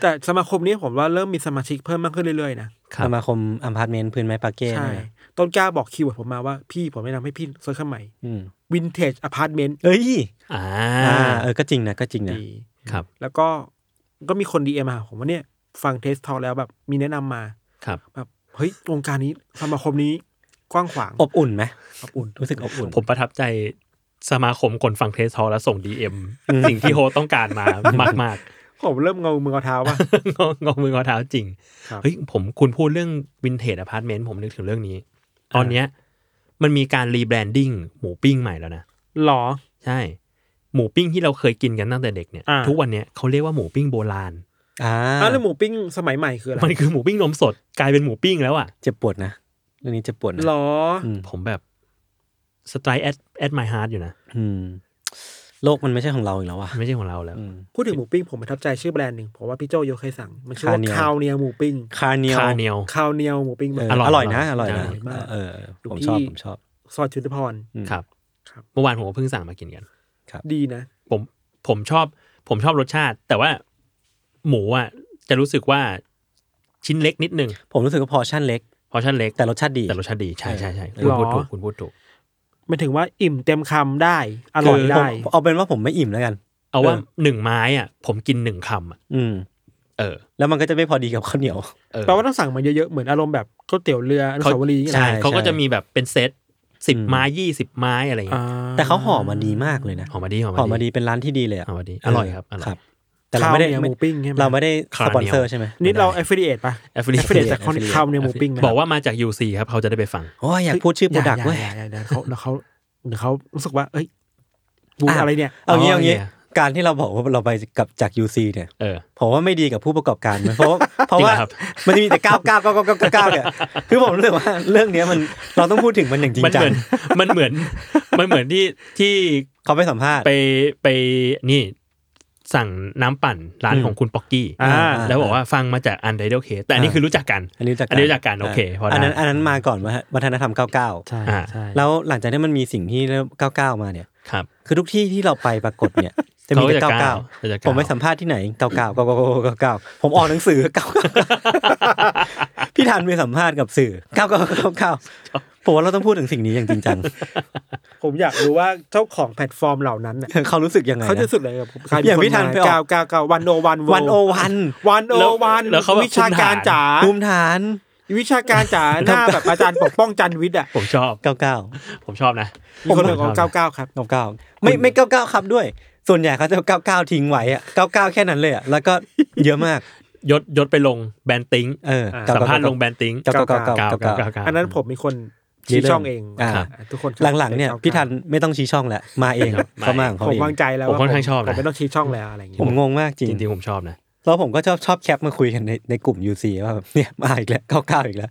Speaker 4: แต่สมาคมนี้ผมว่าเริ่มมีสมาชิกเพิ่มมากขึ้นเรื่อยๆนะ
Speaker 3: ครั
Speaker 2: ส
Speaker 3: บ
Speaker 2: มาคมอพาร์ตเมนต์พื้นไม้ปาเก้
Speaker 4: ใช่
Speaker 2: ใช่ไหม
Speaker 4: ต้นกล้าบอกคีย์เวิร์ดผมมาว่าพี่ผมแนะนำให้พี่เซิร์ชคำใหม่
Speaker 2: อืม
Speaker 4: วินเทจอพาร์ตเมนต์
Speaker 2: เอ้ย
Speaker 3: อ่า
Speaker 2: อ่าเออก็จริงนะก็จริงนะ
Speaker 4: ดี
Speaker 3: ครับ
Speaker 4: แล้วก็ก็มีคนดีเอ็มหาผมว่าเนี่ย ฟังเทสทอแล้วแบบมีแนะนำมา
Speaker 3: ครับ
Speaker 4: แบบเฮ้ยวงการนี้สมาคมนี้กว้างขวาง
Speaker 2: อบอุ่นไหม
Speaker 4: อบอุ่น
Speaker 2: รู้สึกอบอุ่น
Speaker 3: ผมประทับใจสมาคมคนฟังเทสทอลแล้วส่ง DM สิ่งที่โฮสต้องการมามาก
Speaker 4: ผมเริ่มเงามือเงาเท้าว่ะ
Speaker 3: ๆ งองอมืองอเท้าจริง
Speaker 4: ครับ
Speaker 3: เฮ้ยผมคุณพูดเรื่องวินเทจอพาร์ตเมนต์ผมนึกถึงเรื่องนี้ ตอนเนี้ยมันมีการรีแบรนดิ้งหมูปิ้งใหม่แล้วนะ
Speaker 4: หรอ
Speaker 3: ใช่ หมูปิ้งที่เราเคยกินกันตั้งแต่เด็กเนี่ย
Speaker 4: อ่า
Speaker 3: ทุกวันเนี้ยเขาเรียกว่าหมูปิ้งโบราณ
Speaker 2: อ่า
Speaker 4: อ่ะแล้วหมูปิ้งสมัยใหม่คืออะไร
Speaker 3: มันคือหมูปิ้งนมสดกลายเป็นหมูปิ้งแล้วอ่ะ
Speaker 2: เจ็บปวดนะเรื่องนี้เจ็บปวดนะ
Speaker 4: หรอ
Speaker 2: อืม
Speaker 3: ผมแบบสไตล์แอดแอดไมฮาร์ดอยู่นะ
Speaker 2: อืมโลกมันไม่ใช่ของเราอีกแล้วอ่ะ
Speaker 3: ไม่ใช่ของเราแล้ว
Speaker 2: อืม
Speaker 4: พูดถึงหมูปิ้งผมประทับใจชื่อแบรนด์หนึ่งเพราะว่าพี่โจโยเคยสั่ง มันชื่อว่า
Speaker 2: คา
Speaker 4: คาว ว
Speaker 2: เนี
Speaker 4: เนี
Speaker 2: ย
Speaker 4: ยว หมูปิ้ง
Speaker 2: คาเนียล
Speaker 3: คาเนียว
Speaker 4: คาวเนียวหมูปิ้ง
Speaker 2: เออ
Speaker 3: ร่ย
Speaker 2: อร่อยนะ อร่อยนะ
Speaker 3: อร่อยมาก
Speaker 2: เออเออผมชอบผมชอบ
Speaker 4: ซอยจุฬาพร
Speaker 2: อืม
Speaker 3: ครับ
Speaker 4: ครับ
Speaker 3: เมื่อวานผมก็เพิ่งสั่งมากินกัน
Speaker 4: ดีนะ
Speaker 3: ผมผมชอบ ผมชอบรสชาติ แต่ว่าหมูอ่ะจะรู้สึกว่าชิ้นเล็กนิดนึง
Speaker 2: ผมรู้สึกว่าพอชั่นเล็ก
Speaker 3: เพราะชั้นเล็ก
Speaker 2: แต่รสชาติดี
Speaker 3: แต่รสชาติดีใช่ใช่ใช่
Speaker 4: ห
Speaker 3: คุณ
Speaker 4: รอ
Speaker 3: พูดถูกคุณพูดถูก
Speaker 4: หมันถึงว่าอิ่มเต็มคำได้ อร่อย
Speaker 2: คือ
Speaker 4: ได้
Speaker 2: ผมเอาเป็นว่าผมไม่อิ่มแล้วกัน
Speaker 3: เอาว่า
Speaker 2: เออ
Speaker 3: หนึ่งไม้อ่ะ ผมกินหนึ่งคำอ่ะ
Speaker 2: อืม
Speaker 3: เออ
Speaker 2: แล้วมันก็จะไม่พอดีกับข้าวเหนียว
Speaker 3: เออ
Speaker 4: แปลว่าต้องสั่งมาเยอะๆ เหมือนอารมณ์แบบก๋วยเตี๋ยวเรืออนุสาวรีย์
Speaker 3: ใช่เขาก็
Speaker 2: ใช่
Speaker 3: จะมีแบบเป็นเซตสิบ
Speaker 2: อืม
Speaker 3: ไม้ยี่สิบไม้อะไรอย่าง
Speaker 4: อ่า
Speaker 3: เงี้ย
Speaker 2: แต่เขาห่อมาดีมากเลยนะ
Speaker 3: หอมมาดีหอม
Speaker 2: ห่อมา
Speaker 3: มา
Speaker 2: ดี
Speaker 3: ดี
Speaker 2: เป็นร้านที่ดีเลยอะ
Speaker 3: หอมมาดีอร่อยครับอร่อย
Speaker 2: แต่เรา
Speaker 4: คาว
Speaker 2: ไม่ได้
Speaker 4: เนียวหมูปิ้งใช่ไหม
Speaker 2: เราไม่ได้
Speaker 3: คา
Speaker 2: ส
Speaker 3: เนี
Speaker 2: ปอน
Speaker 3: ยว
Speaker 2: เซอร์ใช่ไหม
Speaker 4: นี่เราแอฟเฟเดตปะ
Speaker 3: Affiliate
Speaker 4: เฟเดตจากคน
Speaker 2: Affiliate
Speaker 4: คาวเนียวหมูปิ้งนะ
Speaker 3: บอกว่ามาจาก UC ครับเขาจะได้ไปฟัง
Speaker 2: โอ้ยอยากพูดชื่อโปรดักต์เว้ย
Speaker 4: อาอาอาอาเขาแล้วเขาเดี๋ยวเขารู้สึกว่า เอ้ยบูธอะไรเนี่ย
Speaker 2: เอางี้
Speaker 3: อ๋อ
Speaker 2: เอางี้
Speaker 3: เนี่ย
Speaker 2: การที่เราบอกว่าเราไปกับจาก UC เนี่ย
Speaker 3: เออ
Speaker 2: ผมว่าไม่ดีกับผู้ประกอบการไหมเพราะว่าเพราะว่า
Speaker 3: จริงเหรอครับ
Speaker 2: มันจะมีแต่ก้าวก้าวก้าวก้าวก้าว เนี่ยคือผมรู้สึกว่าเรื่องเนี้ยมันเราต้องพูดถึงมันอย่างจริ
Speaker 3: มั
Speaker 2: ง
Speaker 3: น
Speaker 2: จั
Speaker 3: เห
Speaker 2: ง
Speaker 3: มือนมันเหมือน มันเหมือนที่ที่
Speaker 2: เขาไปสัมภาษณ์
Speaker 3: ไปไปนี่สั่งน้ำปั่นร้าน
Speaker 2: อืม
Speaker 3: ของคุณป๊อกกี้
Speaker 2: อ่า
Speaker 3: แล้วบอกว่าฟังมาจากอันเดอร์เคแต่อันนี้
Speaker 2: อ่า
Speaker 3: คือรู้จักกัน
Speaker 2: อันนี้รู้จัก
Speaker 3: อันนี้รู้จักกันโอเคพอได้
Speaker 2: อันนั้นอันนั้นมาก่อนวัฒนธรรมก้าวก้าว
Speaker 4: ใช่
Speaker 3: อ่า
Speaker 4: ใช่
Speaker 2: แล้วหลังจากนั้นมันมีสิ่งที่เริ่มก้าวก้าวมาเนี่ย
Speaker 3: ครับ
Speaker 2: คือทุกที่ที่เราไปปรากฏเนี่ย จะมีแต่
Speaker 3: เขา
Speaker 2: เก้า
Speaker 3: จะ
Speaker 2: เก้า
Speaker 3: เขาจะ
Speaker 2: ผมไป
Speaker 3: ก้าว
Speaker 2: สัมภาษณ์ที่ไหนเก้าเก้าเก้าเก้าเก้าเก้าผมออกหนังสือเก้า เก้าพี่ธันไปสัมภาษณ์กับสื่อเก้าเก้าเก้าเก้าผมว่าเราต้องพูดถึงสิ่งนี้อย่างจริงจั ง
Speaker 4: ผมอยากรู้ว่าเจ้าของแพลตฟอร์มเหล่านั้นน่ะ
Speaker 2: เขารู้สึกยังไง
Speaker 4: เขาจะ
Speaker 2: นะ
Speaker 4: สุดเลยกับใคร
Speaker 2: อย่างพี่ทันไปออก
Speaker 4: เก้าเก้าเก้าวันโอวัน
Speaker 2: วันโอวัน
Speaker 4: วันโอวัน
Speaker 3: แล้วเขาแบบ
Speaker 4: วิชาการ
Speaker 3: ภูมิฐาน
Speaker 4: จ๋า
Speaker 2: ภูมิฐาน
Speaker 4: วิชาการจ๋าหน้าแบบอาจารย์ปกป้องจันทร์วิทย์อ่ะ
Speaker 3: ผมชอบ
Speaker 2: เก้าเก้า
Speaker 3: ผมชอบนะ
Speaker 4: มีคนหนึ่งของเก้าเก้าครับ
Speaker 2: เก้าเก้าไม่ไม่เก้าเก้าครับด้วย ส่วนใหญ่เขาจะเก้าเก้าทิ้งไว้อะเก้าเก้าแค่นั้นเลยอะแล้วก็ เยอะมาก
Speaker 3: ยศยศไปลงแบนติ้ง
Speaker 2: เออ
Speaker 4: อ่า
Speaker 2: เก้
Speaker 3: สัม
Speaker 2: เก้
Speaker 3: ภาษณ์ลงแบนติ้ง
Speaker 2: เก้าเก้าเก้า
Speaker 3: เก้า
Speaker 2: เก้า
Speaker 3: เก้า
Speaker 2: เก้าเก้า
Speaker 3: เก้า
Speaker 4: อันนั้นผมเป็นคนชี้ช่องเอง
Speaker 2: อ่า
Speaker 4: อ่าทุกคน
Speaker 2: หลังๆเนี่ยพี่ทันไม่ต้องชี้ช่องแล้วมาเองเขามาของเขา
Speaker 4: ผม
Speaker 2: เอง
Speaker 4: วางใจแล้ว
Speaker 3: ผม
Speaker 4: ว่
Speaker 3: ค่อนข้างชอบ
Speaker 4: ผม
Speaker 3: นะ
Speaker 4: ไม่ต้องชี้ช่องแล้วอะไรอย่าง
Speaker 2: ผ
Speaker 4: เงี้ย
Speaker 2: มงงมากจริ
Speaker 3: จ
Speaker 2: ง
Speaker 3: ริงๆผมชอบนะ
Speaker 2: แล้วผมก็ชอบชอบแคปมาคุยกันในในกลุ่ม UC ว่าแบบ เนี่ยมาอีกแล้วเก้าเก้าอีกแล้ว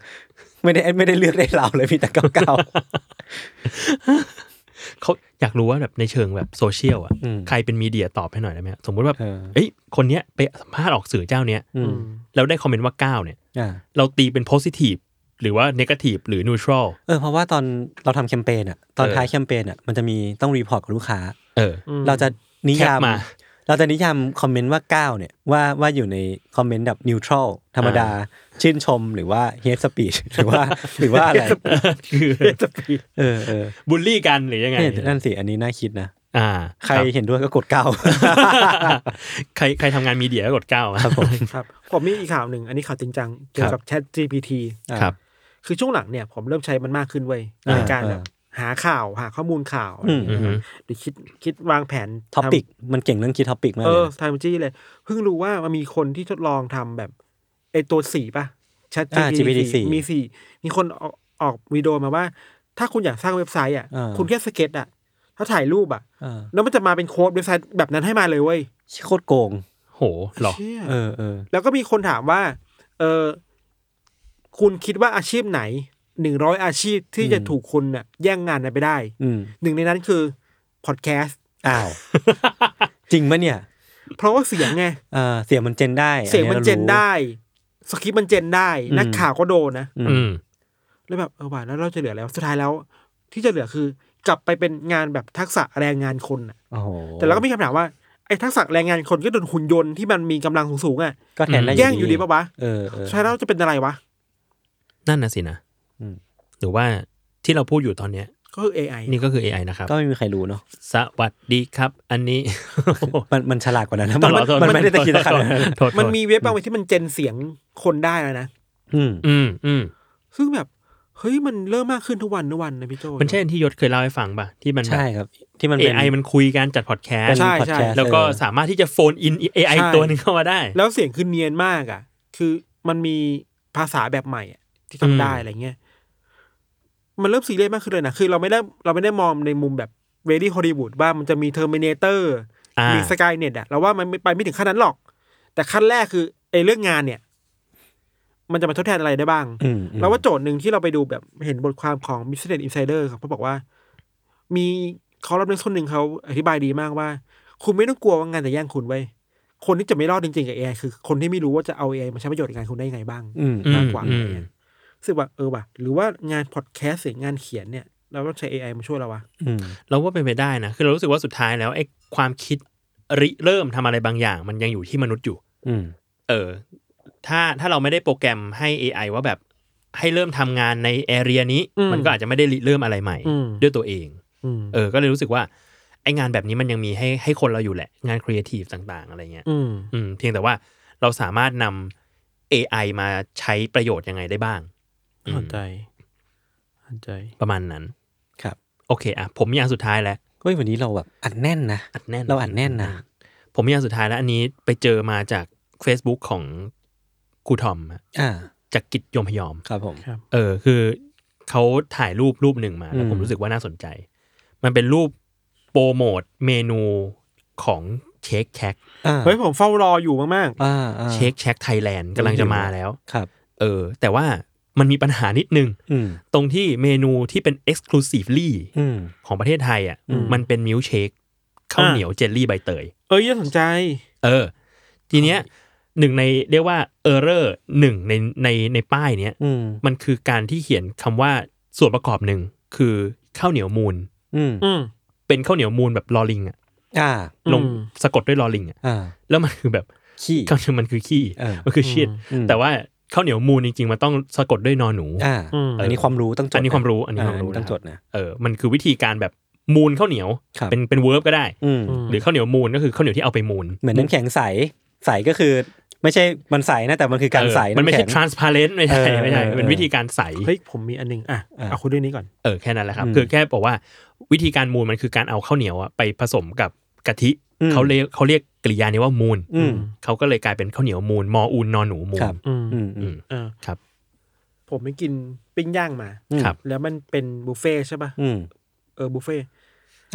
Speaker 2: ไม่ได้ไม่ได้เลือกได้เราเลยพี่แต่เก้าเก้า
Speaker 3: เขาอยากรู้ว่าแบบในเชิงแบบโซเชียลอ่ะ
Speaker 2: อืม
Speaker 3: ใครเป็นมีเดียตอบให้หน่อยได้ไหมสมมติว่า
Speaker 2: เออ
Speaker 3: เอ้ยคนเนี้ยไปสัมภาษณ์ออกสื่อเจ้าเนี้ย
Speaker 2: อืม
Speaker 3: แล้วได้คอมเมนต์ว่าเก้าเนี่ย
Speaker 2: อ่า
Speaker 3: เราตีเป็นโพซิทีฟหรือว่าเนกาทีฟหรือนูทรัล
Speaker 2: เออเพราะว่าตอนเราทำแคมเปญอะตอน
Speaker 3: เออ
Speaker 2: ท้ายแคมเปญอะมันจะมีต้องรีพอร์ตกับลูกค้า
Speaker 3: เออ
Speaker 2: เราจะนิยาม
Speaker 3: แคปมา
Speaker 2: เราจะนิยามคอมเมนต์ว่า 9 เนี่ยว่าว่าอยู่ในคอมเมนต์แบบนิวทรัลธรรมดา ชื่นชมหรือว่าเฮดสปีชหรือว่า หรือว่าอะไร
Speaker 3: คือ
Speaker 2: เออเออ
Speaker 3: บูลลี่กันหรือยังไง
Speaker 2: เนี่ยนั่นสิ อันนี้น่าคิดนะ
Speaker 3: อ่า
Speaker 2: ใคร
Speaker 3: บ
Speaker 2: เห็นด้วยก็กดเก้า
Speaker 3: ใครใครทำงานมีเดียก็กดเก้าอะ
Speaker 2: ครับผม
Speaker 4: ครับผมมีอีกข่าวหนึ่งอันนี้ข่าวจริงจังเกี่ยวกับ Chat GPT
Speaker 2: อ่า
Speaker 3: ครับ
Speaker 4: คือช่วงหลังเนี่ยผมเริ่มใช้มันมากขึ้นเว้ย
Speaker 2: อ่า
Speaker 4: ในการแบบหาข่าวหาข้อมูลข่าวอะไรอย่างเงี้ย
Speaker 3: อืม
Speaker 4: หรือคิดคิดวางแผน
Speaker 2: ท็อ
Speaker 4: ทำ
Speaker 2: ปิกมันเก่งเรื่องคิดท็อปิกมาก
Speaker 4: เอ
Speaker 2: เลย
Speaker 4: อ
Speaker 2: นะ
Speaker 4: ไทม์จี้เลย เพิ่งรู้ว่ามันมีคนที่ทดลองทำแบบไอตัวสีป่ะ ชัด
Speaker 2: า GPT
Speaker 4: 4
Speaker 2: สี่
Speaker 4: มีสี่มีคนออกออกวิดีโอมาว่า ถ้าคุณอยากสร้างเว็บไซต์อ่ะ
Speaker 2: อ่า
Speaker 4: คุณแค่สเก็ตอ่ะ ถ้าถ่ายรูปอ่ะ
Speaker 2: เออ
Speaker 4: แล้วมันจะมาเป็นโค้ดเว็บไซต์แบบนั้นให้มาเลยเว้ย
Speaker 2: โคตรโกง
Speaker 3: โหหรอ
Speaker 4: เชี่ย
Speaker 2: เออเออ
Speaker 4: แล้วก็มีคนถามว่า เออคุณคิดว่าอาชีพไหนหนึ่งร้อยอาชีพที่จะถูกคุณอ่ะ แย่งงานกันไปได้
Speaker 2: อืม
Speaker 4: หนึ่งในนั้นคือพอดแคสต์
Speaker 2: อ้าว จริงปะเนี่ย
Speaker 4: เพราะว่าเสียงไง
Speaker 2: เออเสียงมันเจนได้อั
Speaker 4: เสียงมันเจน
Speaker 2: รารู้
Speaker 4: ได้ สคริปต์มันเจนได้
Speaker 2: อืม
Speaker 4: นักข่าวก็โดนนะ
Speaker 2: อืม
Speaker 3: อืม
Speaker 4: แล้วแบบเออว่าแล้วเราจะเหลือแล้วสุดท้ายแล้ว ที่จะเหลือคือกลับไปเป็นงานแบบทักษะแรงงานคนน่ะ
Speaker 2: โอ้โห
Speaker 4: แต่เราก็มีคำถามว่าไอ้ทักษะแรงงานคนก็โดนหุ่นยนต์ที่มันมีกำลังสูงๆอ่ะ
Speaker 2: ก็แทนได้
Speaker 4: แย่งอยู่ดีปะวะ
Speaker 2: เออเออ
Speaker 4: สุดท้ายแล้วจะเป็นอะไรวะ
Speaker 3: นั่นนะสินะ
Speaker 2: อืม
Speaker 3: หรือว่าที่เราพูดอยู่ตอนเนี้ย
Speaker 4: ก็คือ AI
Speaker 3: นี่ก็คือ AI นะครับ
Speaker 2: ก็ไม่มีใครรู้เนาะ
Speaker 3: สวัสดีครับ อันนี้
Speaker 2: มันมันฉลาดกว่านั้นนะ
Speaker 3: ต
Speaker 2: มัน
Speaker 3: ลอด
Speaker 2: มันมันไม่ได้ตะกี้ตะขันนะ
Speaker 3: โทษ
Speaker 4: มันมีเว็บบางเว็บที่มันเจนเสียงคนได้แล้วนะ
Speaker 2: อืม
Speaker 3: อืมอืม
Speaker 4: ซึ่งแบบเฮ้ยมันเริ่มมากขึ้นทุกวันทุกวันนะพี่โจ
Speaker 3: มันใช่ที่ยศเคยเล่าให้ฟังป่ะ ที่มันแบบ
Speaker 2: ใช่ครับ ที่มันเป็น
Speaker 3: AI มันคุยการจัดพอดแคส
Speaker 2: เป็น
Speaker 3: ต์
Speaker 4: ใช่
Speaker 2: พอดคสต์
Speaker 3: แล้วก็
Speaker 2: เออ
Speaker 3: สามารถที่จะโฟนอิน AI
Speaker 4: ใช่
Speaker 3: ตัวหนึ่งเข้ามาได้
Speaker 4: แล้วเสียงคือเนียนมากอ่ะ คือมันมีภาษาแบบใหม่อะที่
Speaker 3: อืม
Speaker 4: ทำได้อะไรเงี้ย มันเริ่มซีเรียสมากขึ้นเลยนะ คือเราไม่ได้เราไม่ได้มองในมุมแบบเวดี้ฮอลลีวูดว่ามันจะมีเทอร์มินเตอร์
Speaker 3: อ่า
Speaker 4: มีสกายเน็ตอ่ะเราว่ามันไม่ไปไม่ถึงขั้นนั้นหรอก แต่ขั้นแรกคือไอ้เรื่องงานเนี่ย มันจะมาทดแทนอะไรได้บ้าง
Speaker 2: อืมอืม
Speaker 4: เราว่าโจทย์หนึ่งที่เราไปดูแบบเห็นบทความของ Business Insider ครับเขาบอกว่า มีคอลัมนิสต์คนหนึ่งเขาอธิบายดีมากว่า คุณไม่ต้องกลัวว่างานจะแย่งคุณไว้ยคนที่จะไม่รอดจริงๆกับ AI คือคนที่ไม่รู้ว่าจะเอา AI มาใช้ประโยชน์ในงานคุณได้ยังไงบ้าง
Speaker 2: อืม
Speaker 3: อื
Speaker 4: มาม กกว่า
Speaker 3: อืม
Speaker 4: ซึ่งว่าเออว่ะหรือว่างานพอดแคสต์หรืองานเขียนเนี่ย เราต้องใช้ AI มาช่วยเราวะ
Speaker 2: อืม
Speaker 3: เราว่าเป็นไปได้นะ คือเรารู้สึกว่าสุดท้ายแล้วไอ้ความคิดริเริ่มทำอะไรบางอย่าง มันยังอยู่ที่มนุษย์อยู่
Speaker 2: อืม
Speaker 3: เออ ถ้าถ้าเราไม่ได้โปรแกรมให้ AI ว่าแบบให้เริ่มทำงานในแอเรียนี้
Speaker 4: อืม
Speaker 3: มันก็อาจจะไม่ได้ริเริ่มอะไรใหม่
Speaker 4: อืม
Speaker 3: ด้วยตัวเอง
Speaker 4: อืม
Speaker 3: เออ ก็เลยรู้สึกว่าไอ้งานแบบนี้มันยังมีให้ให้คนเราอยู่แหละ งานครีเอทีฟต่างๆ อะไรเงี้ย
Speaker 4: อืม
Speaker 3: อืมเพียงแต่ว่าเราสามารถนำ AI มาใช้ประโยชน์ยังไงได้บ้าง อืม
Speaker 4: เข้าใจเข้าใจ
Speaker 3: ประมาณนั้น
Speaker 2: ครับ
Speaker 3: โอเคอ่ะผมมีอันสุดท้ายแล้ว
Speaker 2: เฮ้ยวันนี้เราแบบอัดแน่นนะ
Speaker 3: อัดแน่น
Speaker 2: เราอัดแน่นนะ
Speaker 3: ผมมีอันสุดท้ายแล้ว อันนี้ไปเจอมาจาก Facebook ของครูทอมฮะ
Speaker 2: อ่า
Speaker 3: จากกิจยมพยอม
Speaker 2: ครับผม
Speaker 3: เออ คือเขาถ่ายรูปรูปหนึ่งมาแล้ว
Speaker 2: อืม
Speaker 3: ผมรู้สึกว่าน่าสนใจ มันเป็นรูปโปรโมทเมนูของเชคแคก
Speaker 2: อ่า
Speaker 4: เฮ้ยผมเฝ้ารออยู่มาก
Speaker 2: อ่าอ่า
Speaker 3: เชคแคกไทยแลนด์กำลังจะมาแล้ว
Speaker 2: ครับ
Speaker 3: เออ แต่ว่ามันมีปัญหานิดนึง
Speaker 2: อืม
Speaker 3: ตรงที่เมนูที่เป็น exclusively
Speaker 2: อืม
Speaker 3: ของประเทศไทยอ่ะ
Speaker 2: อืม
Speaker 3: มันเป็นมิลค์เชคข้าวเหนียวเจลลี่ใบเตย
Speaker 4: ๆ เอ้ยน่าสนใจ
Speaker 3: เออ ทีเนี้ยหนึ่งในเรียกว่าเออร์เรอร์หนึ่งในในในป้ายเนี้ย
Speaker 2: อืม
Speaker 3: มันคือการที่เขียนคำว่าส่วนประกอบหนึ่งคือข้าวเหนียวมูล
Speaker 2: อืม
Speaker 4: อืม
Speaker 3: เป็นข้าวเหนียวมูลแบบลอลิงอ่ะ
Speaker 2: อ่า
Speaker 3: ลง
Speaker 4: อืม
Speaker 3: สะกดด้วยลอลิงอ่ะ
Speaker 2: อ่า
Speaker 3: แล้วมันคือแบบ
Speaker 2: ขี้
Speaker 3: ข้าวเหนียวมันคือขี้
Speaker 2: เออ
Speaker 3: มันคือชีต
Speaker 2: อืม
Speaker 3: แต่ว่าข้าวเหนียวมูลจริงๆมันต้องสะกดด้วยนอหนู
Speaker 2: อ่า
Speaker 4: อืม
Speaker 2: อันนี้ความรู้ต้องจด
Speaker 3: อันนี้ความรู้อันนี้
Speaker 2: อ่า
Speaker 3: ความรู้
Speaker 2: อันนี้ต้อง
Speaker 3: นะ
Speaker 2: จดนะ
Speaker 3: เออมันคือวิธีการแบบมูลข้าวเหนียว
Speaker 2: ครับ
Speaker 3: เป็นเป็นเวิร์บก็ได้
Speaker 2: อืม
Speaker 3: หรือข้าวเหนียวมูลก็คือข้าวเหนียวที่เอาไปมูล
Speaker 2: เหมือนน้ำแข็งใสใสก็คือ ไม่ใช่มันใสนะแต่มันคือการใส
Speaker 3: เออมันไม่ใช่
Speaker 2: ำแข็ง
Speaker 3: transparent ไม่ใช่
Speaker 2: เออ
Speaker 3: ไม่ใช่
Speaker 2: เออ
Speaker 3: เป็นวิธีการใส
Speaker 4: เฮ้ยผมมีอันหนึงอ่ะ
Speaker 2: อ่ะ
Speaker 4: เอาคุณเรื่องนี้ก่อน
Speaker 3: เออแค่นั้นแหละครับ
Speaker 2: อืม
Speaker 3: คือแค่บอกว่าวิธีการมูลมันคือการเอาข้าวเหนียวอะไปผสมกับกะทิ
Speaker 2: อืม
Speaker 3: เขาเรียกเขาเรียกกริยานี้ว่ามูล
Speaker 2: อืม
Speaker 3: เขาก็เลยกลายเป็นข้าวเหนียวมูลมออูนนอนหนูมูล
Speaker 2: ครับ
Speaker 4: อืม
Speaker 2: อืม
Speaker 3: อืม
Speaker 4: เออ
Speaker 3: ครับ
Speaker 4: ผมไปกินปิ้งย่างมา
Speaker 3: ครับ
Speaker 4: แล้วมันเป็นบุฟเฟ่ต์ใช่ป่ะ
Speaker 2: อืม
Speaker 4: เออบุฟเฟ่ต์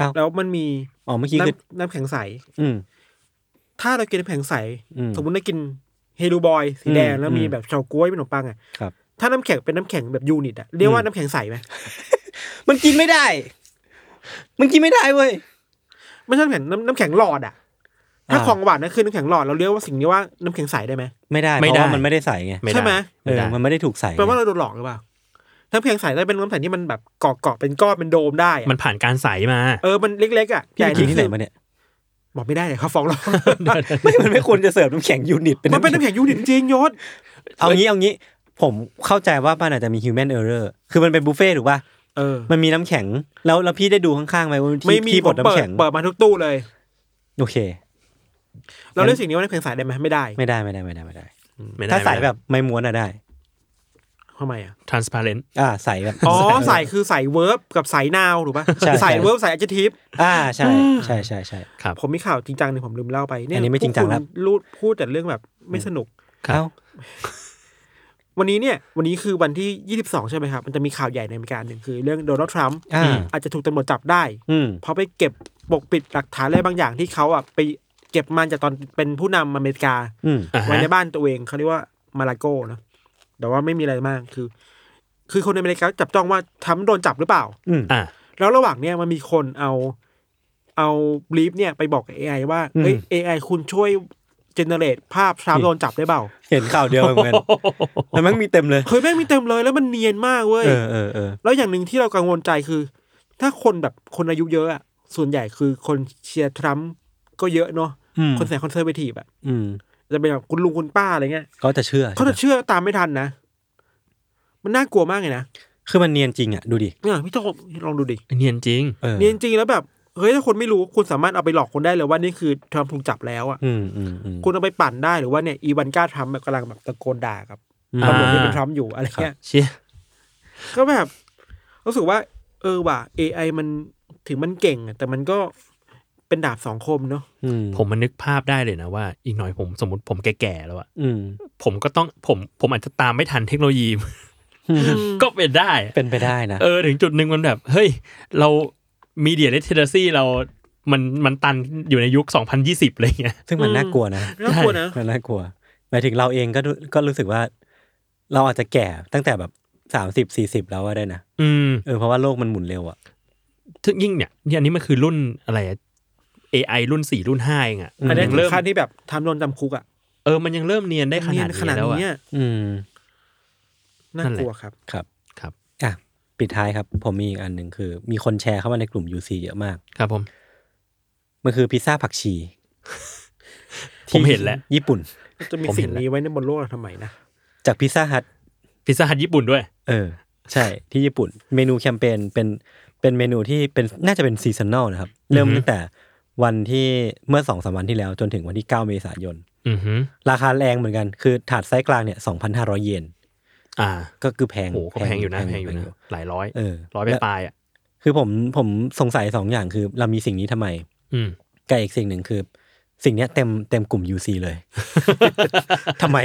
Speaker 2: อ้าว
Speaker 4: แล้วมันมี
Speaker 2: อ๋อเมื่อกี้คือ
Speaker 4: น้ำน้ำแข็งใส
Speaker 2: อืม
Speaker 4: ถ้าเรากินน้ำแข็งใส
Speaker 2: อืม
Speaker 4: สมมติเรากินเฮลูบอยสีแดง
Speaker 2: อืม
Speaker 4: แล้วมี
Speaker 2: อืม
Speaker 4: แบบเฉาก๊วยเป็นขนมปังอ่ะ
Speaker 2: ครับ
Speaker 4: ถ้าน้ำแข็งเป็นน้ำแข็งแบบยูนิตอ่ะเรียกว่า
Speaker 2: อืม
Speaker 4: น้ำแข็งใสไหม
Speaker 2: มันกินไม่ได้ มันกินไม่ได้เว้ย
Speaker 4: ไม่ใช่น้ำแข็งน้ำน้ำแข็งหลอดอ่ะ ถ้า
Speaker 2: อ่า
Speaker 4: ของหวานนั่นคือน้ำแข็งหลอดเราเรียกว่าสิ่งนี้ว่าน้ำแข็งใสได้ไหม
Speaker 2: ไม่ได้เพ
Speaker 3: ไม่ได้
Speaker 2: ราะว่ามันไม่ได้ใสไง
Speaker 3: ไม่
Speaker 4: ใช่
Speaker 3: ได้
Speaker 4: ไหม
Speaker 2: เออมันไม่ได้ถูกใส
Speaker 4: แปลว่าเราโดนหลอกหรือเปล่าน้ำแข็งใสได้เป็นน้ำแข็งที่มันแบบเกาะเกาะเป็นก้อนเป็นโดมได้อะ
Speaker 3: มันผ่านการใสมา
Speaker 4: เออมันเล็กๆอ่ะ
Speaker 2: พี่
Speaker 4: แต่
Speaker 2: ไปกินที่ไหน
Speaker 4: คือ
Speaker 2: มาเนี่ย
Speaker 4: บอกไม่ได้เลยเขาฟ้อง เรา
Speaker 2: ไม่มันไม่ควรจะเสิร์ฟน้ำแข็งยูนิตเป็น
Speaker 4: มันเป็น
Speaker 2: น้ำ
Speaker 4: น้ำ
Speaker 2: แข็ง
Speaker 4: แข็งยูนิตจริงๆยศ
Speaker 2: เอางี้เอางี้ ผมเข้าใจว่ามันอาจจะมี human error คือมันเป็นบุฟเฟ่ต์ถูกป่ะ
Speaker 4: เออ
Speaker 2: มันมีน้ำแข็ง แล้วแล้วพี่ได้ดูข้างๆไหมว่าที่
Speaker 4: ไม่มี
Speaker 2: ที่
Speaker 4: ผ
Speaker 2: บ
Speaker 4: ม
Speaker 2: ด
Speaker 4: เปิ
Speaker 2: น้ำ
Speaker 4: ด
Speaker 2: แข็ง
Speaker 4: เปิดมาทุกตู้เลย
Speaker 2: โอเค
Speaker 4: เราเรียกสิ่งนี้ว่าน้ำแข็งใสได้ไหมไม่ได้
Speaker 2: ไม่ได้ไม่ได้ไม่ได้ไม่ได้
Speaker 3: ไม่ได้
Speaker 2: ถ้าใส
Speaker 3: ไม่ได้
Speaker 2: แบบไม่ม้วนอะได้
Speaker 4: ทำไมอ่ะ
Speaker 3: transparent
Speaker 2: อ่าใสแบบ
Speaker 4: อ๋อ
Speaker 2: เ
Speaker 4: ใส่คือใส่เวิร์บกับใส่นาวถูกปะ
Speaker 2: ใช่ใช่
Speaker 4: ใส่เวิร์บใส่ adjective
Speaker 2: อ่าใช่ใช่ใช่ใช่
Speaker 3: ครับ
Speaker 4: ผมมีข่าวจริงจังหนึ่งผมลืมเล่าไปเนี่ย
Speaker 2: อันนี้ไม่จริงจัง
Speaker 4: พวก
Speaker 2: แล้
Speaker 4: คุ
Speaker 2: ว
Speaker 4: ณรูดพูดแต่เรื่องแบบไม่สนุก
Speaker 3: ครับ
Speaker 2: เอ้า
Speaker 4: วันนี้เนี่ย วันนี้คือวันที่ 22 ใช่ไหมครับ มันจะมีข่าวใหญ่ในอเมริกาหนึ่งคือเรื่องโดนัลด์ทรัมป์
Speaker 2: อ่า
Speaker 4: อาจจะถูกตำรวจจับได้
Speaker 2: อืม
Speaker 4: เพราะไปเก็บปกปิดหลักฐานอะไรบางอย่างที่เขาอ่ะไปเก็บมาจากตอนเป็นผู้นำอเมริกา
Speaker 2: อืม
Speaker 3: อ่าฮะ
Speaker 4: ไว้ในบ้านตัวเองเขาเรียกว่ามาลาโก้นะแต่ว่าไม่มีอะไรมากคือ คือคนในอเมริกาจับจ้องว่าทรัมป์โดนจับหรือเปล่า
Speaker 2: อืม
Speaker 3: อ่า
Speaker 4: แล้วระหว่างเนี้ยมันมีคนเอาเอาบลีฟเนี่ยไปบอกกับ AI ว่า
Speaker 2: อืม
Speaker 4: เฮ้ย AI คุณช่วยเจเนเรตภาพทรัมป์โดนจับได้เปล่า
Speaker 2: เห็นข่าวเดียวเหมือนกันแล้วแมันมีเต็มเลย
Speaker 4: เฮ้ยแม่งมีเต็มเลยแล้วมันเนียนมากเว้ย
Speaker 2: เออเออเออ
Speaker 4: แล้วอย่างหนึ่งที่เรากังวลใจคือ ถ้าคนแบบคนอายุเยอะอะส่วนใหญ่คือคนเชียร์ทรัมป์ก็เยอะเนาะ
Speaker 2: อืม
Speaker 4: คนแสนคอนเซอร์เวทีฟอะ
Speaker 2: อืม
Speaker 4: จะเป็นแบบคุณลุงคุณป้าอะไรเงี้ย
Speaker 2: เขาจะเชื่อ
Speaker 4: เขาจะเชื่อตามไม่ทันนะ มันน่ากลัวมากเลยนะ
Speaker 2: คือมันเนียนจริงอ่ะดูดิ
Speaker 4: เนี่ยพี่โตลองดูดิ
Speaker 3: เนียนจริง
Speaker 2: เออ
Speaker 4: เนี่ยจริงๆแล้วแบบ เฮ้ยถ้าคนไม่รู้คุณสามารถเอาไปหลอกคนได้เลยว่านี่คือทรัมป์ถูกจับแล้วอ่ะ
Speaker 2: อืมอืมอืม
Speaker 4: คุณเอาไปปั่นได้หรือว่าเนี่ยอีวันก้าทรัมป์แบบกำลังแบบตะโกนด่ากับ
Speaker 2: อืม
Speaker 4: ตำรวจที่เป็นทรัมป์อยู่อะไรเงี้ย
Speaker 3: เชี่ย
Speaker 4: ก็แบบรู้สึกว่า เออว่ะ AI มันถึงมันเก่งอะแต่มันก็เป็นดาบสองคมเนาะ
Speaker 2: อืม
Speaker 3: ผมมันนึกภาพได้เลยนะว่า อีกหน่อยผมสมมติผมแก่ๆแล้วอะ
Speaker 2: อืม
Speaker 3: ผมก็ต้องผมผมอาจจะตามไม่ทันเทคโนโลยี ก็เป็นได้
Speaker 2: เป็นไปได้นะ
Speaker 3: เออถึงจุดหนึ่งมันแบบ เฮ้ย เรามีเดียเลทเทอร์ซี่เรา มันมันตันอยู่ในยุค 2020อะไรเงี้ย
Speaker 2: ซึ่งมัน
Speaker 4: อืม
Speaker 2: น่ากลัวนะ
Speaker 4: น่ากลัวนะ
Speaker 2: มันน่ากลัวหมายถึงเราเองก็ดูก็รู้สึกว่า เราอาจจะแก่ตั้งแต่แบบสามสิบสี่สิบแล้วก็ได้นะ
Speaker 3: อืม
Speaker 2: เออเพราะว่าโลกมันหมุนเร็วอ่ะ
Speaker 3: ซึ่งยิ่งเนี่ยเนี่ยอันนี้มันคือรุ่นอะไรอะ AI รุ่น 4 รุ่น5เองอะ
Speaker 2: อืม
Speaker 4: อันนี้
Speaker 3: ยัง
Speaker 4: ถึ
Speaker 3: เริ่
Speaker 4: ง
Speaker 3: ม
Speaker 4: ขั้นที่แบบทรัมป์โดนจำคุกอ่ะ
Speaker 3: เออมันยังเริ่มเนียนได้ขนาด
Speaker 4: เย
Speaker 3: นี้แล้วอะ
Speaker 4: เย
Speaker 2: อืม
Speaker 4: น่ากลัวครับ
Speaker 2: ครับ
Speaker 3: ครับ
Speaker 2: อ่ะปิดท้ายครับ ผมมีอีกอันหนึ่งคือ มีคนแชร์เข้ามาในกลุ่ม UC เยอะมาก
Speaker 3: ครับผม
Speaker 2: มันคือพิซซ่าผักชี
Speaker 3: ผมเห็นแล้ว
Speaker 2: ญี่ปุ่น
Speaker 4: จะมี
Speaker 3: ผม
Speaker 4: สิ่
Speaker 3: เห็
Speaker 4: ง
Speaker 3: นแล้ว
Speaker 4: นี้ไว้ในบนโลกเราทำไมนะ
Speaker 2: จากพิซซ่าฮัท
Speaker 3: พิซซ่าฮัทญี่ปุ่นด้วย
Speaker 2: เออ ใช่ ที่ญี่ปุ่น เมนูแคมเปญเป็นเป็นเมนูที่เป็นน่าจะเป็นซีซันแนลนะครับ เริ่ม
Speaker 3: อือฮึ
Speaker 2: ตั้งแต่วันที่เมื่อสองสามวันที่แล้ว จนถึงวันที่ 9 เมษายน
Speaker 3: อือฮึ
Speaker 2: ราคาแรงเหมือนกันคือถาดไซส์กลางเนี่ย 2,500 เยน
Speaker 3: อ่า
Speaker 2: ก็คือแพง
Speaker 3: โหก็แพงอยู่นะแพงอยู่นะหลายร้อย
Speaker 2: เออ
Speaker 3: ร้อยไปปลายๆอ่ะ
Speaker 2: คือผมผมสงสัยสองอย่างคือเรามีสิ่งนี้ทำไม
Speaker 3: อืม
Speaker 2: กับอีกสิ่งหนึ่งคือ สิ่งเนี้ยเต็มเต็มกลุ่ม UC เลย ทำไม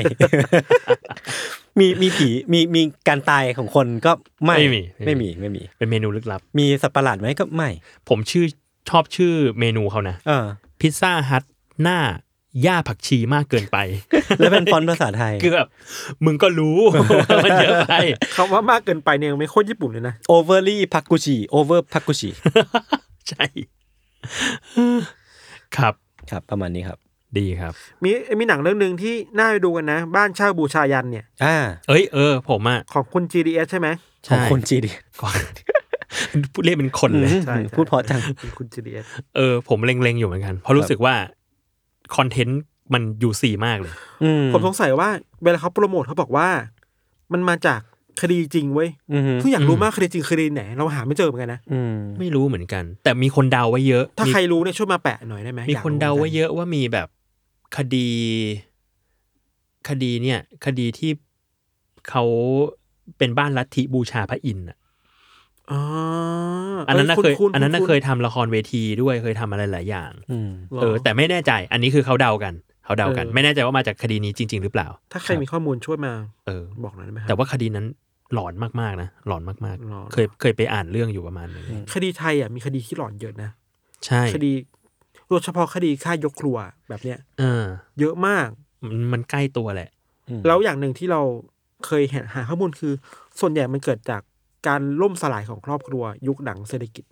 Speaker 2: มีมีผีมีมีการตายของคนก็ไม่
Speaker 3: ไม่มีไม่
Speaker 2: ไม่
Speaker 3: มี
Speaker 2: มีไม่มี
Speaker 3: เป็นเมนูลึกลับ
Speaker 2: มีสัตว์ประหลาดไหมก็ไม่
Speaker 3: ผมชื่อชอบชื่อเมนูเขานะ
Speaker 2: เออ
Speaker 3: พิซซ่าฮัทหน้าหญ้าผักชีมากเกินไป
Speaker 2: แล้วเป็นฟอนต์ภาษาไทย
Speaker 3: คือแบบมึงก็รู้ ว่ามันเยอะไป
Speaker 4: คำว่ามากเกินไปเนี่ยไม่โคตรญี่ปุ่นเลยนะ
Speaker 2: overly พักกุชิ over พักกุชิ
Speaker 3: ใช่ ครับ
Speaker 2: ครับ ประมาณนี้ครับ
Speaker 3: ดีครับ
Speaker 4: มีมีหนังเรื่องหนึ่งที่น่าไปดูกันนะ บ้านเช่าบูชายันเนี่ย
Speaker 2: อ่า
Speaker 3: เอ้ยเออ ผมอ่ะ
Speaker 4: ของคุณ GDS ใช่ไหม
Speaker 3: ใช่
Speaker 2: ของคนจีน
Speaker 3: ก่อน พูด เรียกเป็นคนเลย
Speaker 4: ใช่ใช่
Speaker 2: พูดเพอจัง
Speaker 4: เป็นคุณ GDS
Speaker 3: เออ ผมเล็งๆอยู่เหมือนกัน เพราะรู้สึกว่า คอนเทนต์มันยูซีมากเลย
Speaker 2: อืม
Speaker 4: ผมสงสัยว่าเวลาเขาโปรโมทเขาบอกว่า มันมาจากคดีจริงเว้ย
Speaker 2: อืม
Speaker 4: ซึ่งอยากรู้
Speaker 3: อืม
Speaker 4: มากคดีจริงคดีไหน เราหาไม่เจอเหมือนกันนะ
Speaker 2: อืม
Speaker 3: ไม่รู้เหมือนกัน แต่มีคนเดาไว้เยอะ
Speaker 4: ถ้า
Speaker 3: มี
Speaker 4: ใครรู้เนี่ยช่วยมาแปะหน่อยได้ไหม
Speaker 3: มี
Speaker 4: อยก
Speaker 3: คน
Speaker 4: รู้หมื
Speaker 3: เดา
Speaker 4: กั
Speaker 3: ไว้เยอะว่ามีแบบคดี คดีเนี่ยคดีที่เขาเป็นบ้านลัทธิบูชาพระอินทร์อะ
Speaker 4: อ๋อ
Speaker 3: อันนั้นน่ะ
Speaker 4: อ้
Speaker 3: เคย
Speaker 4: ณ
Speaker 3: อันนั้นน่ะ
Speaker 4: ณ
Speaker 3: เคยทำละครเวทีด้วยเคยทำอะไรหลายอย่าง
Speaker 2: อืม
Speaker 4: หร
Speaker 3: เออแต่ไม่แน่ใจอันนี้คือเขาเดากันเขาเดากัน
Speaker 4: เออ
Speaker 3: ไม่แน่ใจว่ามาจากคดีนี้จริง ๆ หรือเปล่า
Speaker 4: ถ้าใครมีข้อมูลช่วยมา
Speaker 3: เออ
Speaker 4: บอกหน่อยได้ไหมครับ
Speaker 3: แต่ว่าคดีนั้นหลอนมากๆนะหลอนมาก
Speaker 4: หลอน
Speaker 3: ๆ เคยเคยไปอ่านเรื่องอยู่ประมาณนึง
Speaker 4: คดีไทยอ่ะมีคดีที่หลอนเยอะนะ
Speaker 3: ใช่
Speaker 4: คดีโดยเฉพาะคดีฆ่ายกครัวแบบเนี้ย
Speaker 3: เออ
Speaker 4: เยอะมาก
Speaker 3: มันมันใกล้ตัวแหละ
Speaker 2: อืม
Speaker 4: แล้วอย่างหนึ่งที่เราเคยเห็นหาข้อมูลคือ ส่วนใหญ่มันเกิดจากการล่มสลายของครอบครัว ยุคหนังเศรษฐกิจ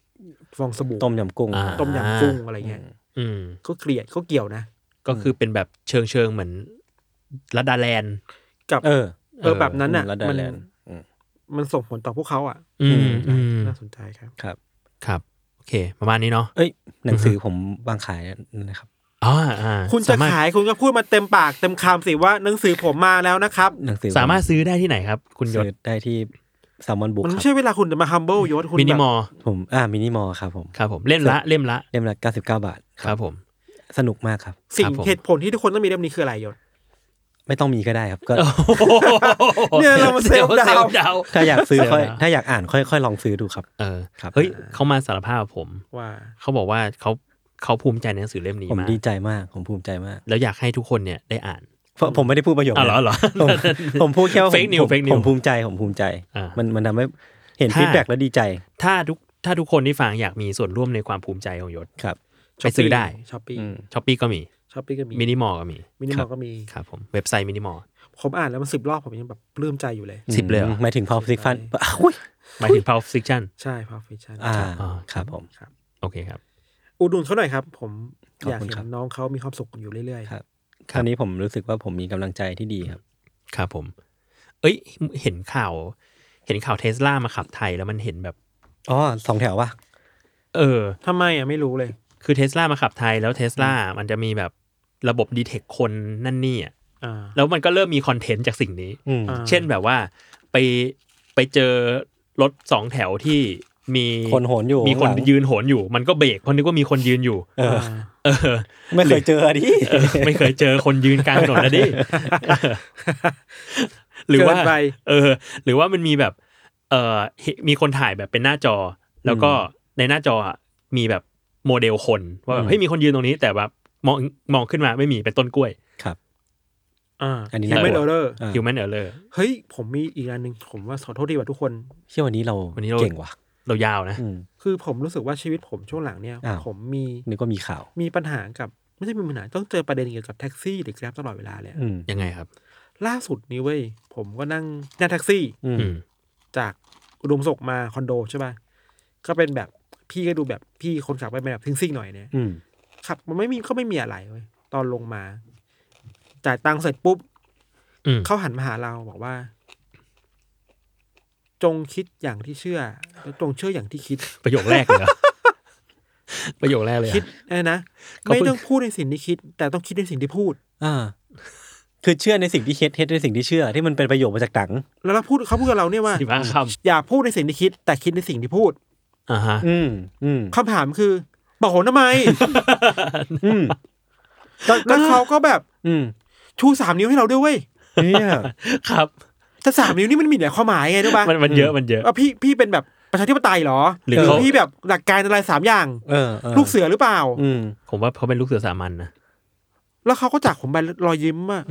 Speaker 4: ฟองสบู่
Speaker 2: ต้มยำกุ้ง
Speaker 3: อ่า
Speaker 4: ต้มยำกุ้งอะไรเงี้ย
Speaker 3: อืม
Speaker 4: ก็เกลียดก็เกี่ยวนะ
Speaker 3: ก็คือเป็นแบบเชิงเชิงๆเหมือนรัดดาแลนด์
Speaker 4: กับ
Speaker 2: เออ
Speaker 4: เออแบบนั้นน่ะ
Speaker 2: แล้วได้
Speaker 4: มัน
Speaker 2: แลนด์อืม
Speaker 4: มันส่งผลต่อพวกเขาอ่ะ
Speaker 3: อืมอืม
Speaker 4: น่าสนใจครับ
Speaker 2: ครับ
Speaker 3: ครับ โอเค ประมาณนี้เนาะ
Speaker 2: เอ้ย หนังสือผมวางขายนะครับ
Speaker 3: อ๋ออ่า
Speaker 4: คุณจะ
Speaker 3: สมรถ
Speaker 4: ขายคุณก็พูดมาเต็มปากเต็มคำสิว่าหนังสือผมมาแล้วนะครับ
Speaker 2: หนังสือ
Speaker 3: สามารถซื้อได้ที่ไหนครับ คุณยศ
Speaker 2: ซื้อได้ที่แซลมอนบุ๊ก
Speaker 4: มัน
Speaker 2: ครับ
Speaker 4: ไม่ใช่เวลาคุณจะมา humble ยศคุณ
Speaker 3: มินิ
Speaker 4: แบบ
Speaker 3: มอล
Speaker 2: ผมอ่ามินิมอลครับผม
Speaker 3: ครับผมเล่มละเล่มละ
Speaker 2: เล่มละ99 บาท
Speaker 3: ครับผม
Speaker 2: สนุกมากครับ
Speaker 4: สิ่ง
Speaker 3: ครับผม
Speaker 4: เหตุผลที่ทุกคนต้องมีเล่มนี้คืออะไรยศ
Speaker 2: ไม่ต้องมีก็ได้ครับ ก็
Speaker 4: เนี่ยเรามาเซลฟ์ดาวน์
Speaker 3: เซดาวน์
Speaker 2: ถ้าอยากซื้อค่อย
Speaker 3: เสียนะ
Speaker 2: ถ้าอยากอ่านค่อยค่อยลองซื้อดูครับ
Speaker 3: เออ
Speaker 2: ครับ
Speaker 3: เฮ้ยเขามาสารภาพกับผม
Speaker 4: ว่า
Speaker 3: เขาบอกว่าเขาเขาภูมิใจในหนังสือเล่มนี้
Speaker 2: ผม
Speaker 3: มาก
Speaker 2: ดีใจมาก ผมภูมิใจมาก
Speaker 3: แล้วอยากให้ทุกคนเนี่ยได้อ่าน
Speaker 2: เพราะผมไม่ได้พูดประโยค
Speaker 3: อ้าวเหรอ
Speaker 2: นั้น
Speaker 3: เหร
Speaker 2: ผ
Speaker 3: อ
Speaker 2: มผมพูดแค่ว่าผม
Speaker 3: Fake news
Speaker 2: ผม
Speaker 3: fake news
Speaker 2: ผมภูมิใจผมภูมิใจ
Speaker 3: อ่ามั
Speaker 2: มันมันทำให้เห็น
Speaker 3: ถ้า
Speaker 2: ฟีดแบ็กแล้วดีใจ
Speaker 3: ถ้าทุกถ้าทุกคนที่ฟังอยากมีส่วนร่วมในความภูมิใจของยศ
Speaker 2: ครับ
Speaker 3: ไปซื้อได้
Speaker 4: ช้อปปี้
Speaker 2: อืม
Speaker 3: ช้อปปี้ก็มี
Speaker 4: ช้อปปี้ก็มี
Speaker 3: มินิมอลก็มี
Speaker 4: มินิมอล
Speaker 3: ครับ
Speaker 4: ก็มี
Speaker 3: ครับผมเว็บไซต์มินิมอล
Speaker 4: ผมอ่านแล้วมันสิบรอบผมยังแบบปลื้มใจอยู่เลย
Speaker 3: สิบเลยเหรอ
Speaker 2: หมายถึงพอฟิกฟัน
Speaker 3: หมายถึง Pulp Fiction
Speaker 4: ใช่พาฟิชั่น
Speaker 2: อ่า
Speaker 3: อ่า
Speaker 2: ครับผม
Speaker 4: ครับ
Speaker 3: โอเคครับ
Speaker 4: อุดหนุนเขาหน่อยครับ ผม
Speaker 2: ขอบคุณ
Speaker 4: อยากเห็
Speaker 2: ครับ
Speaker 4: นน้องเขามีความสุขอยู่เรื่อย
Speaker 2: ครับคราวนี้ผมรู้สึกว่าผมมีกำลังใจที่ดีครับ
Speaker 3: ครับผม เอ้ย เห็นข่าว เห็นข่าวเทสลามาขับไทยแล้วมันเห็นแบบ
Speaker 2: อ๋อสองแถววะ
Speaker 3: เออ
Speaker 4: ๆทำไมอ่ะไม่รู้เลย
Speaker 3: คือเทสลามาขับไทยแล้วเทสลามันจะมีแบบระบบดีเทคคนนั่นนี่อ่ะ
Speaker 4: อ่า
Speaker 3: แล้วมันก็เริ่มมีคอนเทนต์จากสิ่งนี้
Speaker 2: อืม
Speaker 4: อ่า
Speaker 3: เช่นแบบว่าไปไปเจอรถสองแถวที่มี
Speaker 2: คนโหนอยู่
Speaker 3: มีคน
Speaker 2: ข้างหลัง
Speaker 3: ยืนโหนอยู่ มันก็เบรกเพราะนึกว่ามีคนยืนอยู่
Speaker 2: เออ
Speaker 3: เออ
Speaker 2: ไม่เคยเจอดิ
Speaker 3: เออ ไม่เคยเจอคนยืนกลางถนนนะดิ หรือว่า
Speaker 4: เกินไป
Speaker 3: เออ หรือว่ามันมีแบบ เออเห็นมีคนถ่ายแบบเป็นหน้าจอ แล้วก็ในหน้าจออะมีแบบโมเดลคนว่าแบ
Speaker 2: อื
Speaker 3: บ
Speaker 2: ม
Speaker 3: เฮ้ยมีคนยืนตรงนี้ แต่แบบมองมองขึ้นมาไม่มีเป็นต้นกล้วย
Speaker 2: ครับ
Speaker 4: อ่า
Speaker 2: อันนี้
Speaker 4: ยังไม่
Speaker 2: น่ากลั
Speaker 4: เอ
Speaker 2: ว
Speaker 4: อร์
Speaker 2: อ่า
Speaker 3: h u m a n error
Speaker 4: เฮ้ย ผมมีอีกอันหนึ่งผมว่าขอโทษดีกว่าทุกคน
Speaker 2: เชื่อวันนี้เรา
Speaker 3: วันนี้เรา
Speaker 2: เก่งว่ะ
Speaker 3: เรายาวนะ
Speaker 2: อืม
Speaker 4: คือผมรู้สึกว่าชีวิตผมช่วงหลังเนี่ย
Speaker 2: อ้าว
Speaker 4: ผมมี
Speaker 2: นึกว่ามีข่าว
Speaker 4: มีปัญหากับ ไม่ใช่มีปัญหาต้องเจอประเด็นเกี่ยวกับแท็กซี่หรือแกร็บตลอดเวลาเลยอะ
Speaker 2: อืม
Speaker 3: ยังไงครับ
Speaker 4: ล่าสุดนี้เว้ยผมก็นั่งนั่งแท็กซี่
Speaker 2: อืม
Speaker 3: อืม
Speaker 4: จากอุดมศุกร์มาคอนโดใช่ป่ะ ก็เป็นแบบพี่ก็ดูแบบพี่คนขับไปเป็นแบบทิ้งซิ่งหน่อยเนี่ย
Speaker 2: อืม
Speaker 4: ขับมันไม่มีก็ไม่มีอะไรเว้ยตอนลงมา จ่ายตังค์เสร็จปุ๊บ
Speaker 3: อืม
Speaker 4: เขาหันมาหาเราบอกว่า จงคิดอย่างที่เชื่อแล้วจงเชื่ออย่างที่คิด
Speaker 3: ประโยคแรกเลยเหรอ ประโยคแรกเลยเหรอ
Speaker 4: คิดอะไรนะ
Speaker 3: เขา
Speaker 4: ไม่
Speaker 3: เพิ่ง
Speaker 4: ต้องพูดในสิ่งที่คิด แต่ต้องคิดในสิ่งที่พูด
Speaker 2: อ่า คือเชื่อในสิ่งที่เฮ็ดเฮ็ดในสิ่งที่เชื่อ ที่มันเป็นประโยชน์มาจากหนัง
Speaker 4: แล้วเราพูดเขาพูดกับเราเนี่ยว่า
Speaker 3: สิบห้าค
Speaker 4: อย่าพูดในสิ่งที่คิด แต่คิดในสิ่งที่พูด
Speaker 3: ำอ่าฮะ
Speaker 2: อืม อืม
Speaker 4: คำถามคือ บอกผมทำไม
Speaker 2: อืม
Speaker 4: แล้วเขาก็แบบ
Speaker 2: อืม
Speaker 4: ชูสามนิ้วให้เราด้วยเว้ย
Speaker 2: เนี่ย
Speaker 3: ครับ
Speaker 4: แต่สามนิ้วนี่มันมีแต่ความหมายไงรู้ปะ
Speaker 3: มันมันเยอะมันเยอะ
Speaker 4: ว่าพี่พี่เป็นแบบประชาธิปไตยเหรอ
Speaker 3: ห
Speaker 4: ห
Speaker 3: รื
Speaker 4: รือ อ
Speaker 3: เขา
Speaker 4: พี่แบบหลักการอะไรสามอย่าง
Speaker 2: เออเออ
Speaker 4: ลูกเสือหรือเปล่า
Speaker 2: อืม
Speaker 3: ผมว่าเขาเป็นลูกเสือสามัญนะ
Speaker 4: แล้วเขาก็จากผมไปรอยยิ้มอะ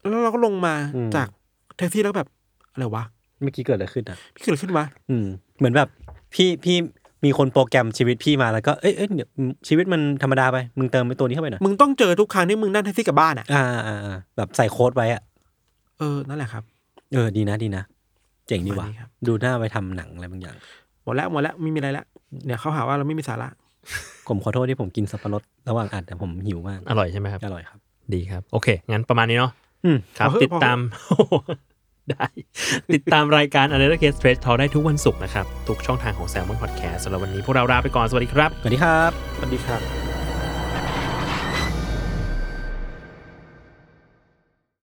Speaker 4: แล้วเราก็ลงมา
Speaker 2: อืม
Speaker 4: จากแท็กซี่แล้วแบบอะไรวะ
Speaker 2: เมื่อกี้เกิดอะไรขึ้นอ่ะ
Speaker 4: พี่เกิดอะไร ขึ้นวะ
Speaker 2: อืม เหมือนแบบ พี่พี่มีคนโปรแกรมชีวิตพี่มาแล้วก็เอ้ยเอ้ยเดี๋ยวชีวิตมันธรรมดาไป มึงเติมไปตัวนี้เข้าไปหน่อย
Speaker 4: มึงต้องเจอทุกครั้งที่มึงนั่งแท็กซี่กลับบ้านอะ
Speaker 2: อ่าอ่าอ่าแบบใส่โค้ดไว้อ่ะ
Speaker 4: เออนั่นแหละครับ
Speaker 2: เออ ดีนะดีนะ เจ๋งดีว่ะ
Speaker 4: ประมาณนี้ครับ
Speaker 2: ดูหน้าไปทำหนังอะไรบางอย่าง
Speaker 4: หมดแล้วหมดแล้วไม่มีอะไรแล้วเดี๋ยวเขาหาว่าเราไม่มีสาระ
Speaker 2: ผมขอโทษที่ผมกินสับปะรดระหว่างอัดแต่ผมหิวมาก
Speaker 3: อร่อยใช่ไหมครับ
Speaker 2: อร่อยครับ
Speaker 3: ดีครับ โอเค งั้นประมาณนี้เนาะ
Speaker 2: อืม
Speaker 3: ครับ ติดตาม ได้ ติดตามรายการ a n a l y c a s e Trash Talk ได้ทุกวันศุกร์นะครับ ทุกช่องทางของ Salmon Podcast สำหรับวันนี้พวกเราลาไปก่อน สวัสดีครับ
Speaker 2: สวัสดีครับ
Speaker 4: สวัสดีครับ